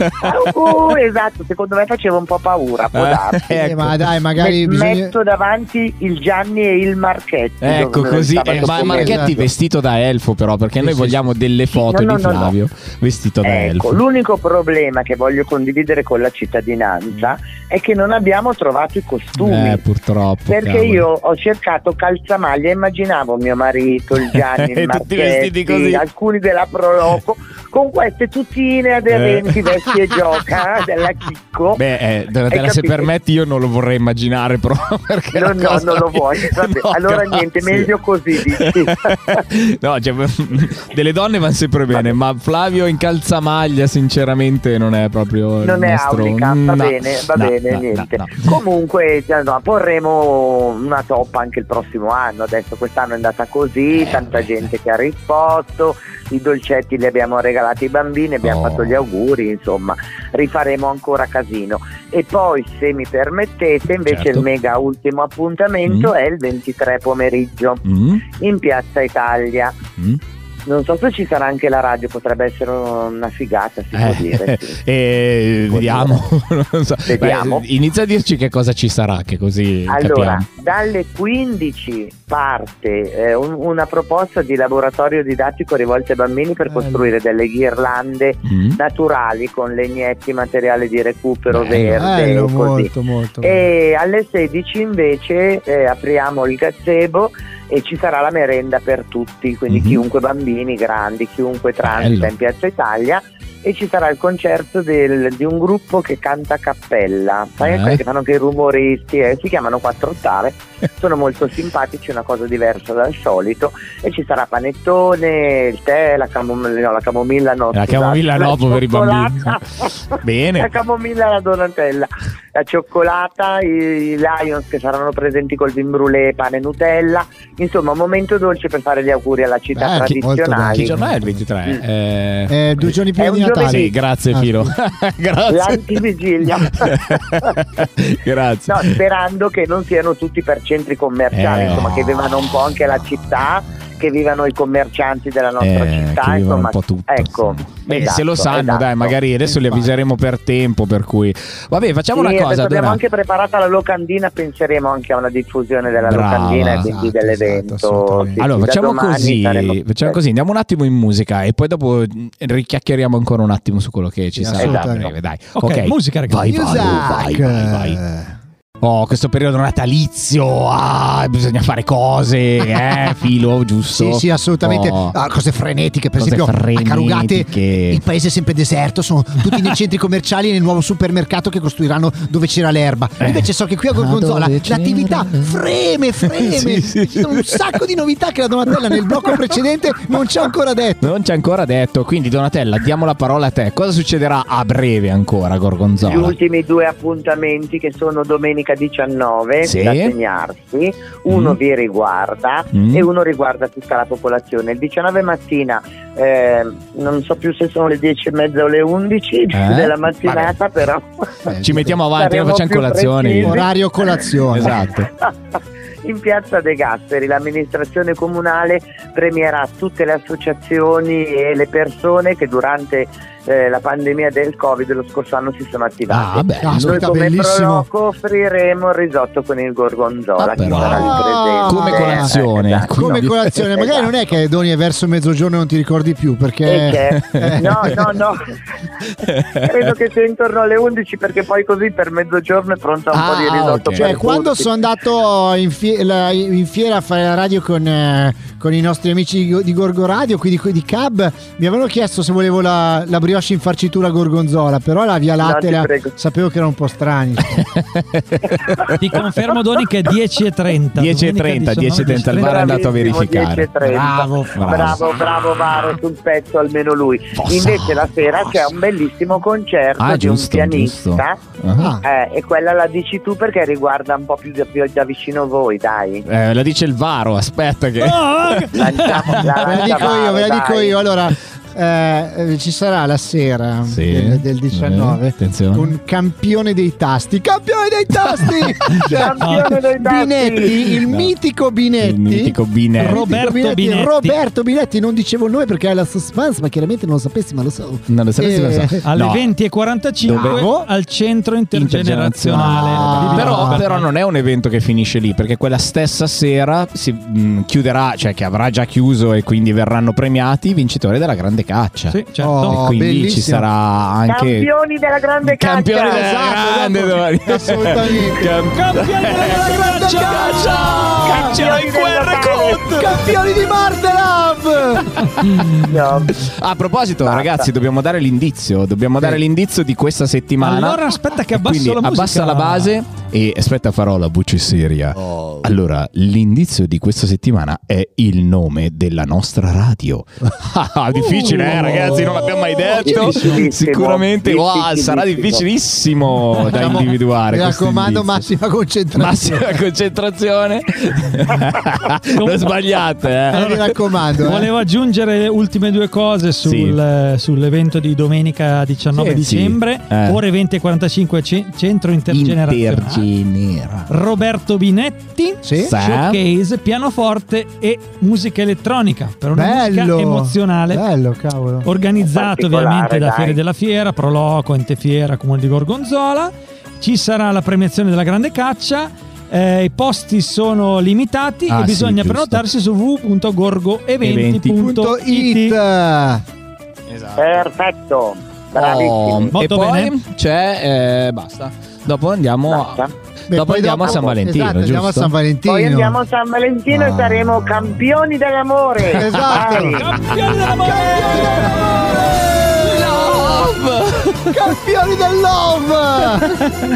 Speaker 10: auguri, esatto secondo me facevo un po' paura può
Speaker 3: Eh,
Speaker 10: darsi.
Speaker 3: ecco. Eh, ma
Speaker 4: dai, magari
Speaker 10: Me-
Speaker 4: bisogna-
Speaker 10: metto davanti il Gianni e il Marchetti
Speaker 3: Ecco
Speaker 10: dove-
Speaker 3: così,
Speaker 10: sabato
Speaker 3: eh, ma
Speaker 10: pomeriggio.
Speaker 3: Marchetti vestito da elfo però, perché noi
Speaker 10: sì,
Speaker 3: vogliamo delle foto
Speaker 10: No, no,
Speaker 3: di
Speaker 10: no, no.
Speaker 3: Flavio vestito da
Speaker 10: Ecco,
Speaker 3: elfo.
Speaker 10: l'unico problema che voglio condividere con la cittadinanza è che non abbiamo trovato i costumi.
Speaker 3: Mm. Eh, purtroppo.
Speaker 10: Perché
Speaker 3: cavolo.
Speaker 10: io ho cercato calzamaglia, immaginavo mio marito, il Gianni,
Speaker 3: Tutti
Speaker 10: il Marchetti,
Speaker 3: vestiti così.
Speaker 10: alcuni della Proloco, con queste tutine aderenti, vesti e gioca eh, della Chicco.
Speaker 3: Eh. Beh, eh, Donatella,
Speaker 10: Hai
Speaker 3: se
Speaker 10: capito?
Speaker 3: permetti io non lo vorrei immaginare però perché
Speaker 10: No,
Speaker 3: è una
Speaker 10: no,
Speaker 3: cosa
Speaker 10: non lo
Speaker 3: che-
Speaker 10: vuoi. Vabbè,
Speaker 3: No,
Speaker 10: allora
Speaker 3: grazie.
Speaker 10: niente, meglio così. dici.
Speaker 3: No, cioè, delle donne vanno sempre bene, ma Flavio in calzamaglia sinceramente non è proprio
Speaker 10: non
Speaker 3: il
Speaker 10: è
Speaker 3: nostro... Mm,
Speaker 10: aulica, va
Speaker 3: No,
Speaker 10: bene, va
Speaker 3: no,
Speaker 10: bene,
Speaker 3: no,
Speaker 10: niente.
Speaker 3: no, no.
Speaker 10: Comunque cioè, no, porremo una toppa anche il prossimo anno, adesso quest'anno è andata
Speaker 3: Eh,
Speaker 10: così, tanta gente che ha risposto, i dolcetti li abbiamo regalati ai bambini, abbiamo
Speaker 13: Oh.
Speaker 10: fatto gli auguri, insomma, rifaremo ancora casino. E poi se mi permettete invece
Speaker 13: Certo.
Speaker 10: il mega ultimo appuntamento è il 23 pomeriggio
Speaker 3: Mm?
Speaker 10: in Piazza Italia.
Speaker 3: Mm?
Speaker 10: Non so se ci sarà anche la radio, potrebbe essere una figata, si può dire.
Speaker 3: Eh,
Speaker 10: sì.
Speaker 3: eh, vediamo, non so.
Speaker 10: Vediamo.
Speaker 3: Beh, inizia a dirci che cosa ci sarà, che così
Speaker 10: Allora,
Speaker 3: capiamo.
Speaker 10: dalle 15 parte eh, un- una proposta di laboratorio didattico rivolto ai bambini
Speaker 4: Eh,
Speaker 10: per costruire delle ghirlande
Speaker 3: Mm.
Speaker 10: naturali con legnetti, materiale di recupero verde
Speaker 4: Bello,
Speaker 10: e così.
Speaker 4: molto, molto.
Speaker 10: E alle 16 invece eh, apriamo il gazebo e ci sarà la merenda per tutti, quindi
Speaker 3: Mm-hmm.
Speaker 13: Mhm.
Speaker 10: chiunque bambini, grandi, chiunque transita
Speaker 13: Bello.
Speaker 10: in Piazza Italia e ci sarà il concerto del- di un gruppo che canta a cappella, sai
Speaker 13: Eh.
Speaker 10: quelli che fanno anche i rumoristi, eh, si chiamano Quattro Ottave, sono molto simpatici, una cosa diversa dal solito e ci sarà panettone, il tè, la, camom- no, la camomilla no,
Speaker 3: La
Speaker 10: scusate,
Speaker 3: camomilla no, poveri
Speaker 10: cioccolata.
Speaker 3: bambini.
Speaker 10: La
Speaker 3: Bene.
Speaker 10: camomilla alla Donatella, la cioccolata, i Lions che saranno presenti col vin brûlé, pane e Nutella. Insomma, un momento dolce per fare gli auguri alla città
Speaker 3: Beh, chi- molto bene. Che
Speaker 10: tradizionale.
Speaker 3: giorno è il 23? Eh,
Speaker 4: Eh, due giorni prima
Speaker 10: È un
Speaker 4: di Natale.
Speaker 10: giovedì.
Speaker 3: Sì, grazie
Speaker 4: Ah,
Speaker 3: Filo. grazie.
Speaker 10: L'antivigilia.
Speaker 3: grazie.
Speaker 10: No, sperando che non siano tutti per centri commerciali,
Speaker 3: Eh,
Speaker 10: insomma, che vivano un po' anche la città, che vivano i commercianti della nostra
Speaker 3: Eh, che
Speaker 10: città,
Speaker 3: vivono
Speaker 10: insomma,
Speaker 3: un po' tutto,
Speaker 10: ecco,
Speaker 3: Beh, se
Speaker 10: esatto,
Speaker 3: lo sanno,
Speaker 10: esatto.
Speaker 3: dai, magari adesso li avviseremo per tempo. Per cui, vabbè, facciamo
Speaker 10: Sì,
Speaker 3: una
Speaker 10: adesso
Speaker 3: cosa.
Speaker 10: abbiamo
Speaker 3: Dora.
Speaker 10: anche preparato la locandina, penseremo anche a una diffusione della
Speaker 3: Brava. esatto,
Speaker 10: locandina e quindi dell'evento. Sì,
Speaker 3: Allora,
Speaker 10: sì, da
Speaker 3: facciamo
Speaker 10: domani
Speaker 3: così,
Speaker 10: saremo-
Speaker 3: facciamo così: andiamo un attimo in musica e poi dopo mh, richiacchieriamo ancora un attimo su quello che ci
Speaker 10: Esatto.
Speaker 7: Sì,
Speaker 3: sarà a
Speaker 7: assolutamente.
Speaker 3: breve. Dai,
Speaker 7: Ok, musica, ragazzi.
Speaker 3: Vai, vai, vai, vai, vai. Oh, questo periodo natalizio, ah, bisogna fare cose, eh, filo, giusto?
Speaker 4: Sì, sì, assolutamente.
Speaker 3: Oh.
Speaker 4: Ah, cose frenetiche, per
Speaker 3: Cose
Speaker 4: esempio, a Carugate
Speaker 3: frenetiche.
Speaker 4: il paese è sempre deserto, sono tutti nei centri commerciali e nel nuovo supermercato che costruiranno dove c'era l'erba.
Speaker 3: Eh.
Speaker 4: Invece so che qui a Gorgonzola l'attività freme, freme.
Speaker 3: Ah, Sì, sì,
Speaker 4: Ci sono un
Speaker 3: sì.
Speaker 4: sacco di novità che la Donatella nel blocco precedente non ci ha ancora detto.
Speaker 3: Non ci ha ancora detto, quindi Donatella, diamo la parola a te. Cosa succederà a breve ancora,
Speaker 10: Gli
Speaker 3: Gorgonzola?
Speaker 10: ultimi due appuntamenti che sono domenica 19
Speaker 3: Sì.
Speaker 10: da segnarsi, uno
Speaker 3: Mm.
Speaker 10: vi riguarda
Speaker 3: Mm.
Speaker 10: e uno riguarda tutta la popolazione. Il 19 mattina, eh, non so più se sono le 10 e mezza o le 11
Speaker 3: Eh?
Speaker 10: della mattinata, però
Speaker 3: Ci mettiamo avanti, non
Speaker 10: Saremo
Speaker 3: facciamo
Speaker 10: più
Speaker 3: colazione.
Speaker 10: precisi.
Speaker 4: Orario colazione.
Speaker 3: Esatto.
Speaker 10: In piazza De Gasperi l'amministrazione comunale premierà tutte le associazioni e le persone che durante eh, la pandemia del Covid lo scorso anno si sono attivate.
Speaker 3: Ah, beh,
Speaker 10: Noi
Speaker 3: aspetta,
Speaker 10: come
Speaker 3: bellissimo.
Speaker 10: proloco offriremo il risotto con il gorgonzola. chi sarà lì presente.
Speaker 3: Come colazione.
Speaker 10: Eh, esatto.
Speaker 4: Ah, Come colazione, magari non è che Doni è verso mezzogiorno e non ti ricordi più
Speaker 3: Eh.
Speaker 4: perché...
Speaker 10: E che- no, no, no, credo che sia intorno alle 11 perché poi così per mezzogiorno è pronta un po' di
Speaker 4: Ah,
Speaker 10: risotto.
Speaker 4: ok.
Speaker 10: per
Speaker 4: Cioè, quando
Speaker 10: tutti.
Speaker 4: sono andato in, fie- la- in fiera a fare la radio con, eh, con i nostri amici di, Go- di Gorgo Radio, qui di, qui di Cab, mi avevano chiesto se volevo la, la brioche in farcitura gorgonzola, però la via latte
Speaker 10: ti
Speaker 4: la-
Speaker 10: prego.
Speaker 4: sapevo che era un po' strani.
Speaker 7: Ti confermo, Doni, che è 10.30.
Speaker 3: 10.30, 10.30, il bar è andato a verificare.
Speaker 10: 10.30.
Speaker 7: Bravo,
Speaker 10: Bravo, bravo Varo, sul pezzo almeno lui.
Speaker 3: Fossa,
Speaker 10: Invece la sera c'è un bellissimo concerto
Speaker 3: Ah,
Speaker 10: di un
Speaker 3: giusto,
Speaker 10: pianista.
Speaker 3: giusto. Ah.
Speaker 10: Eh, e quella la dici tu perché riguarda un po' più da, più da vicino voi, dai.
Speaker 3: Eh, la dice il Varo, aspetta che...
Speaker 7: Oh,
Speaker 10: Lanciamo
Speaker 4: ve
Speaker 10: la
Speaker 4: la
Speaker 10: lancia
Speaker 4: dico io, ve la
Speaker 10: Varo,
Speaker 4: dico
Speaker 10: dai.
Speaker 4: io. Allora, eh, eh, ci sarà la sera
Speaker 3: Sì.
Speaker 4: del, del 19
Speaker 3: Eh, attenzione.
Speaker 4: un campione dei tasti. Campione dei tasti!
Speaker 10: Campione dei tasti!
Speaker 4: Binetti, il
Speaker 3: No.
Speaker 4: mitico Binetti.
Speaker 3: Il mitico Eh. Binetti.
Speaker 7: Roberto Binetti.
Speaker 4: Roberto Binetti, non dicevo il nome perché è la suspense, ma chiaramente non lo sapessi, ma lo so.
Speaker 3: Non lo sapessi,
Speaker 4: Eh,
Speaker 3: ma lo so.
Speaker 7: Alle
Speaker 3: No,
Speaker 7: 20.45
Speaker 3: Dovevo?
Speaker 7: al centro intergenerazionale.
Speaker 4: Ah.
Speaker 3: Però,
Speaker 7: Di
Speaker 3: però non è un evento che finisce lì, perché quella stessa sera si mh, chiuderà, cioè che avrà già chiuso e quindi verranno premiati i vincitori della grande caccia.
Speaker 7: Sì, certo.
Speaker 4: Oh,
Speaker 3: e quindi ci
Speaker 4: bellissimo.
Speaker 3: sarà anche...
Speaker 10: Campioni della grande
Speaker 3: Campione
Speaker 10: caccia.
Speaker 3: della
Speaker 4: Esatto,
Speaker 3: grande
Speaker 4: esatto.
Speaker 3: Dori.
Speaker 4: Assolutamente.
Speaker 3: Camp-
Speaker 7: Campione della grande caccia!
Speaker 3: Caccia
Speaker 10: Campioni
Speaker 3: in
Speaker 10: del
Speaker 3: guerra
Speaker 10: Natale.
Speaker 3: contro-
Speaker 4: Campioni di Mardelab!
Speaker 10: No.
Speaker 3: A proposito,
Speaker 10: Basta.
Speaker 3: ragazzi, dobbiamo dare l'indizio. Dobbiamo dare l'indizio di questa settimana.
Speaker 7: Allora, aspetta che
Speaker 3: E
Speaker 7: abbasso
Speaker 3: Quindi
Speaker 7: la musica.
Speaker 3: abbassa la base e aspetta, farò la voce seria.
Speaker 7: Oh.
Speaker 3: Allora, l'indizio di questa settimana è il nome della nostra radio. Ah, Difficile,
Speaker 7: Oh.
Speaker 3: eh, ragazzi, non l'abbiamo
Speaker 4: Oh,
Speaker 3: mai detto.
Speaker 10: Difficilissimo.
Speaker 3: Sicuramente wow, sarà difficilissimo da
Speaker 4: Diciamo,
Speaker 3: individuare.
Speaker 4: Mi
Speaker 3: questo
Speaker 4: raccomando,
Speaker 3: indizio.
Speaker 4: massima concentrazione.
Speaker 3: Massima concentrazione. non sbagliate, eh.
Speaker 4: Eh, mi raccomando. eh.
Speaker 7: Volevo aggiungere ultime due cose sul-
Speaker 3: Sì.
Speaker 7: eh, sull'evento di domenica 19
Speaker 3: Sì, sì.
Speaker 7: dicembre,
Speaker 3: Eh.
Speaker 7: ore 20 e 45, ce- centro intergenerazionale.
Speaker 3: Intergenera.
Speaker 7: Roberto Binetti,
Speaker 4: Sì.
Speaker 7: showcase, pianoforte e musica elettronica per una musica
Speaker 4: Bello.
Speaker 7: emozionale.
Speaker 4: Bello, cavolo.
Speaker 7: Organizzato
Speaker 10: Particolare,
Speaker 7: ovviamente da
Speaker 10: dai.
Speaker 7: Fiere della Fiera, Proloco, Ente Fiera, Comune di Gorgonzola. Ci sarà la premiazione della Grande Caccia. eh, I posti sono limitati
Speaker 3: Ah,
Speaker 7: e
Speaker 3: sì,
Speaker 7: bisogna
Speaker 3: giusto.
Speaker 7: prenotarsi su
Speaker 4: Punto it.
Speaker 7: www.gorgoeventi.it.
Speaker 3: Esatto.
Speaker 4: Eh,
Speaker 10: Perfetto.
Speaker 3: Oh,
Speaker 10: Bravissimi.
Speaker 3: e
Speaker 7: Molto
Speaker 3: poi
Speaker 7: bene.
Speaker 3: c'è eh, basta. Dopo andiamo
Speaker 10: Basta.
Speaker 3: a
Speaker 4: Beh,
Speaker 3: Dopo
Speaker 4: poi
Speaker 3: andiamo a San Valentino,
Speaker 4: Esatto, andiamo a
Speaker 3: giusto?
Speaker 4: San Valentino.
Speaker 10: Poi andiamo a San Valentino
Speaker 4: Ah.
Speaker 10: e saremo campioni dell'amore.
Speaker 4: Esatto.
Speaker 10: Vai.
Speaker 7: Campione dell'amore!
Speaker 4: Campioni del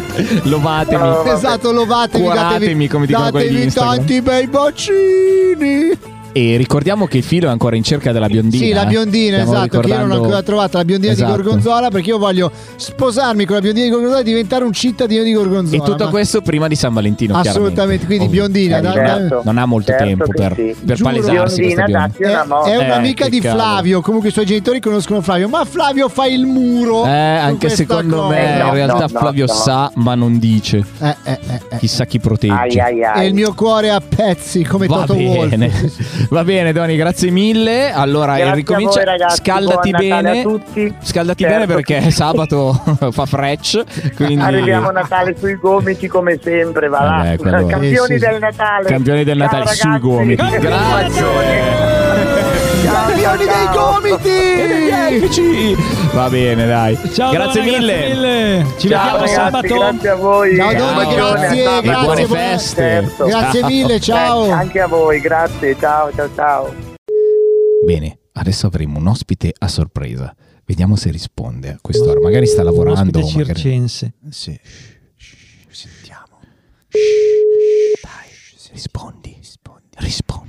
Speaker 4: love!
Speaker 3: Lovatemi.
Speaker 10: Oh, vabbè.
Speaker 4: esatto, lovatevi,
Speaker 3: Cuoratemi,
Speaker 4: datevi,
Speaker 3: come dicono quelli di
Speaker 4: datevi
Speaker 3: Instagram.
Speaker 4: tanti bei bacini.
Speaker 3: E ricordiamo che il filo è ancora in cerca della biondina.
Speaker 4: Sì, la biondina,
Speaker 3: eh. Stiamo
Speaker 4: esatto, che io non ho
Speaker 3: ricordando-
Speaker 4: ancora trovata la biondina
Speaker 3: Esatto.
Speaker 4: di Gorgonzola perché io voglio sposarmi con la biondina di Gorgonzola e diventare un cittadino di Gorgonzola.
Speaker 3: E tutto
Speaker 4: ma-
Speaker 3: questo prima di San Valentino.
Speaker 4: Assolutamente,
Speaker 3: chiaramente.
Speaker 4: quindi
Speaker 3: Ovvio.
Speaker 4: biondina,
Speaker 3: Eh,
Speaker 4: da-
Speaker 3: certo.
Speaker 10: da-
Speaker 3: non ha molto
Speaker 10: certo
Speaker 3: tempo
Speaker 10: che
Speaker 3: per,
Speaker 10: sì.
Speaker 3: per
Speaker 4: Giuro.
Speaker 3: palesarsi. questa
Speaker 10: Biondina,
Speaker 3: biondina.
Speaker 10: datti una
Speaker 4: È,
Speaker 10: mossa.
Speaker 4: è
Speaker 3: Eh,
Speaker 4: un'amica
Speaker 3: che
Speaker 4: di
Speaker 3: cavolo.
Speaker 4: Flavio, comunque i suoi genitori conoscono Flavio, ma Flavio fa il muro.
Speaker 3: Eh, anche secondo me
Speaker 10: Eh, no,
Speaker 3: in realtà
Speaker 10: no, no,
Speaker 3: Flavio
Speaker 10: no.
Speaker 3: sa, ma non dice.
Speaker 4: Eh, eh, eh, eh.
Speaker 3: Chissà chi protegge.
Speaker 10: Ai ai ai.
Speaker 4: E il mio cuore a pezzi come
Speaker 3: Va
Speaker 4: Toto Wolff. Eh,
Speaker 3: bene. Va bene, Doni, grazie mille. Allora,
Speaker 10: Grazie a
Speaker 3: ricomincia.
Speaker 10: voi, ragazzi.
Speaker 3: scaldati
Speaker 10: Buon Natale
Speaker 3: bene.
Speaker 10: a tutti.
Speaker 3: Scaldati
Speaker 10: Certo.
Speaker 3: bene perché sabato fa fresh. Quindi...
Speaker 10: Arriviamo a Natale sui gomiti come sempre, va là.
Speaker 3: Eh, quello-
Speaker 10: Campioni
Speaker 3: Eh, sì, sì.
Speaker 10: del Natale.
Speaker 3: Campioni del Natale sui gomiti.
Speaker 4: Campioni dei gomiti!
Speaker 3: E degli elfici! Va bene, dai.
Speaker 7: Ciao,
Speaker 3: grazie,
Speaker 7: Dona,
Speaker 3: mille.
Speaker 7: grazie mille. Ci vediamo
Speaker 3: ragazzi,
Speaker 7: sabato.
Speaker 10: Grazie a voi.
Speaker 4: Ciao, Doni,
Speaker 3: E
Speaker 4: grazie, grazie, Ah,
Speaker 3: buone
Speaker 4: buona-
Speaker 3: feste.
Speaker 10: Certo.
Speaker 4: Grazie mille, ciao.
Speaker 10: Eh, Anche a voi, grazie. Ciao, ciao, ciao.
Speaker 3: Bene, adesso avremo un ospite a sorpresa. Vediamo se risponde a quest'ora. Magari sta lavorando.
Speaker 7: Ospite
Speaker 3: magari-
Speaker 7: circense.
Speaker 3: Sì. Sentiamo. Dai, rispondi. Rispondi.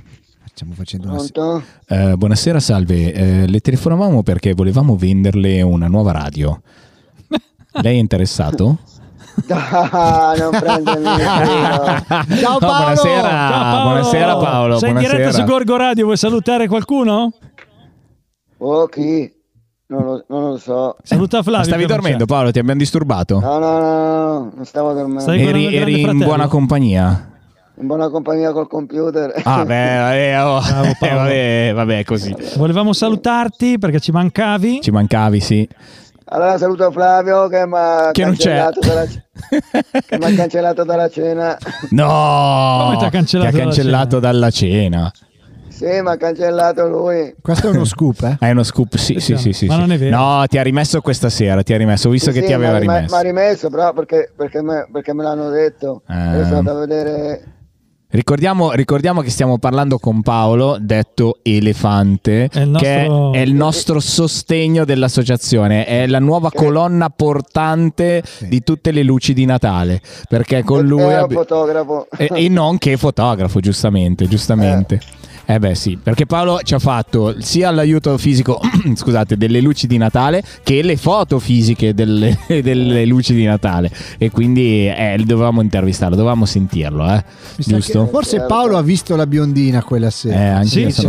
Speaker 12: Stiamo facendo una...
Speaker 13: Pronto?
Speaker 3: Eh, buonasera, salve. Eh, le telefonavamo perché volevamo venderle una nuova radio. Lei è interessato?
Speaker 13: No, Ah, non prendermi in giro.
Speaker 3: No, Buonasera. Ah, Buonasera Paolo.
Speaker 7: Sei in
Speaker 3: buonasera.
Speaker 7: diretta su Gorgo Radio, vuoi salutare qualcuno?
Speaker 13: Oh, chi? Non lo, non lo so.
Speaker 7: Saluta
Speaker 3: Ma
Speaker 7: Flavio.
Speaker 3: stavi
Speaker 7: che non
Speaker 3: dormendo,
Speaker 7: c'è.
Speaker 3: Paolo? Ti abbiamo disturbato?
Speaker 13: No, no, no, no, non stavo dormendo.
Speaker 3: eri eri in buona compagnia.
Speaker 13: In buona compagnia col computer.
Speaker 3: Ah, beh, eh, oh,
Speaker 7: Bravo, Paolo.
Speaker 3: eh, vabbè, vabbè, così.
Speaker 7: Volevamo salutarti perché ci mancavi.
Speaker 3: Ci mancavi, sì.
Speaker 13: Allora saluto Flavio che mi ha
Speaker 3: Che non c'è.
Speaker 13: cancellato dalla che m'ha cancellato dalla cena.
Speaker 3: No!
Speaker 7: Come ti ha cancellato
Speaker 3: Ti ha
Speaker 7: dalla
Speaker 3: cancellato dalla cena.
Speaker 13: Sì, mi ha cancellato lui.
Speaker 12: Questo è uno scoop, eh?
Speaker 3: È uno scoop, sì, sì, sì, sì.
Speaker 7: Ma
Speaker 3: sì.
Speaker 7: non è vero.
Speaker 3: No, ti ha rimesso questa sera, ti ha rimesso, ho visto che ti aveva rimesso. Eh.
Speaker 13: Mi ha rimesso, però perché, perché, me, perché me l'hanno detto. Io sono andato a vedere
Speaker 3: Ricordiamo, ricordiamo che stiamo parlando con Paolo, detto Elefante,
Speaker 7: il nostro-
Speaker 3: che è il nostro sostegno dell'associazione, è la nuova colonna portante di tutte le luci di Natale, perché con lui...
Speaker 13: era un
Speaker 3: abbi-
Speaker 13: fotografo.
Speaker 3: e, e non che fotografo, giustamente, giustamente. Eh. beh sì, perché Paolo ci ha fatto sia l'aiuto fisico, scusate, delle luci di Natale che le foto fisiche delle, delle luci di Natale e quindi eh, dovevamo intervistarlo, dovevamo sentirlo, eh.
Speaker 12: Mi sa
Speaker 3: giusto?
Speaker 12: che- Forse Paolo ha visto la biondina quella sera.
Speaker 3: Eh, anche
Speaker 7: Sì,
Speaker 3: io sono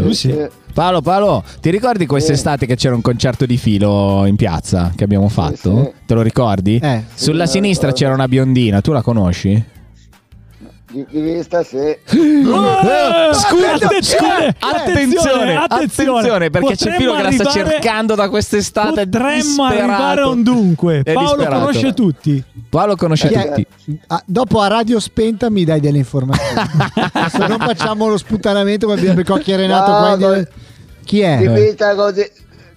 Speaker 3: contento.
Speaker 7: lui sì.
Speaker 3: Paolo, Paolo, ti
Speaker 12: Eh.
Speaker 3: ricordi quest'estate che c'era un concerto di filo in piazza che abbiamo fatto?
Speaker 13: sì.
Speaker 3: Te lo ricordi?
Speaker 12: Eh.
Speaker 3: Sulla
Speaker 13: Sì, me lo
Speaker 3: sinistra
Speaker 13: ricordo.
Speaker 3: c'era una biondina, tu la conosci?
Speaker 13: Di, di vista, sì.
Speaker 7: Eh,
Speaker 3: Scusa,
Speaker 7: attenzione,
Speaker 3: scusa,
Speaker 7: eh,
Speaker 3: attenzione,
Speaker 7: attenzione,
Speaker 3: attenzione, perché c'è
Speaker 7: Potremmo
Speaker 3: Pilo che la sta
Speaker 7: arrivare-
Speaker 3: cercando da quest'estate.
Speaker 7: Potremmo
Speaker 3: disperato.
Speaker 7: arrivare a un dunque.
Speaker 3: È
Speaker 7: Paolo
Speaker 3: disperato.
Speaker 7: conosce tutti.
Speaker 3: Paolo conosce
Speaker 12: Chi è?
Speaker 3: Cioè, tutti.
Speaker 12: Ah, dopo a radio spenta mi dai delle informazioni. Adesso non facciamo lo sputtanamento come abbiamo cocchi Renato.
Speaker 13: No,
Speaker 12: qua in
Speaker 13: con-
Speaker 12: dire- Chi
Speaker 13: Di
Speaker 12: è?
Speaker 13: vista così,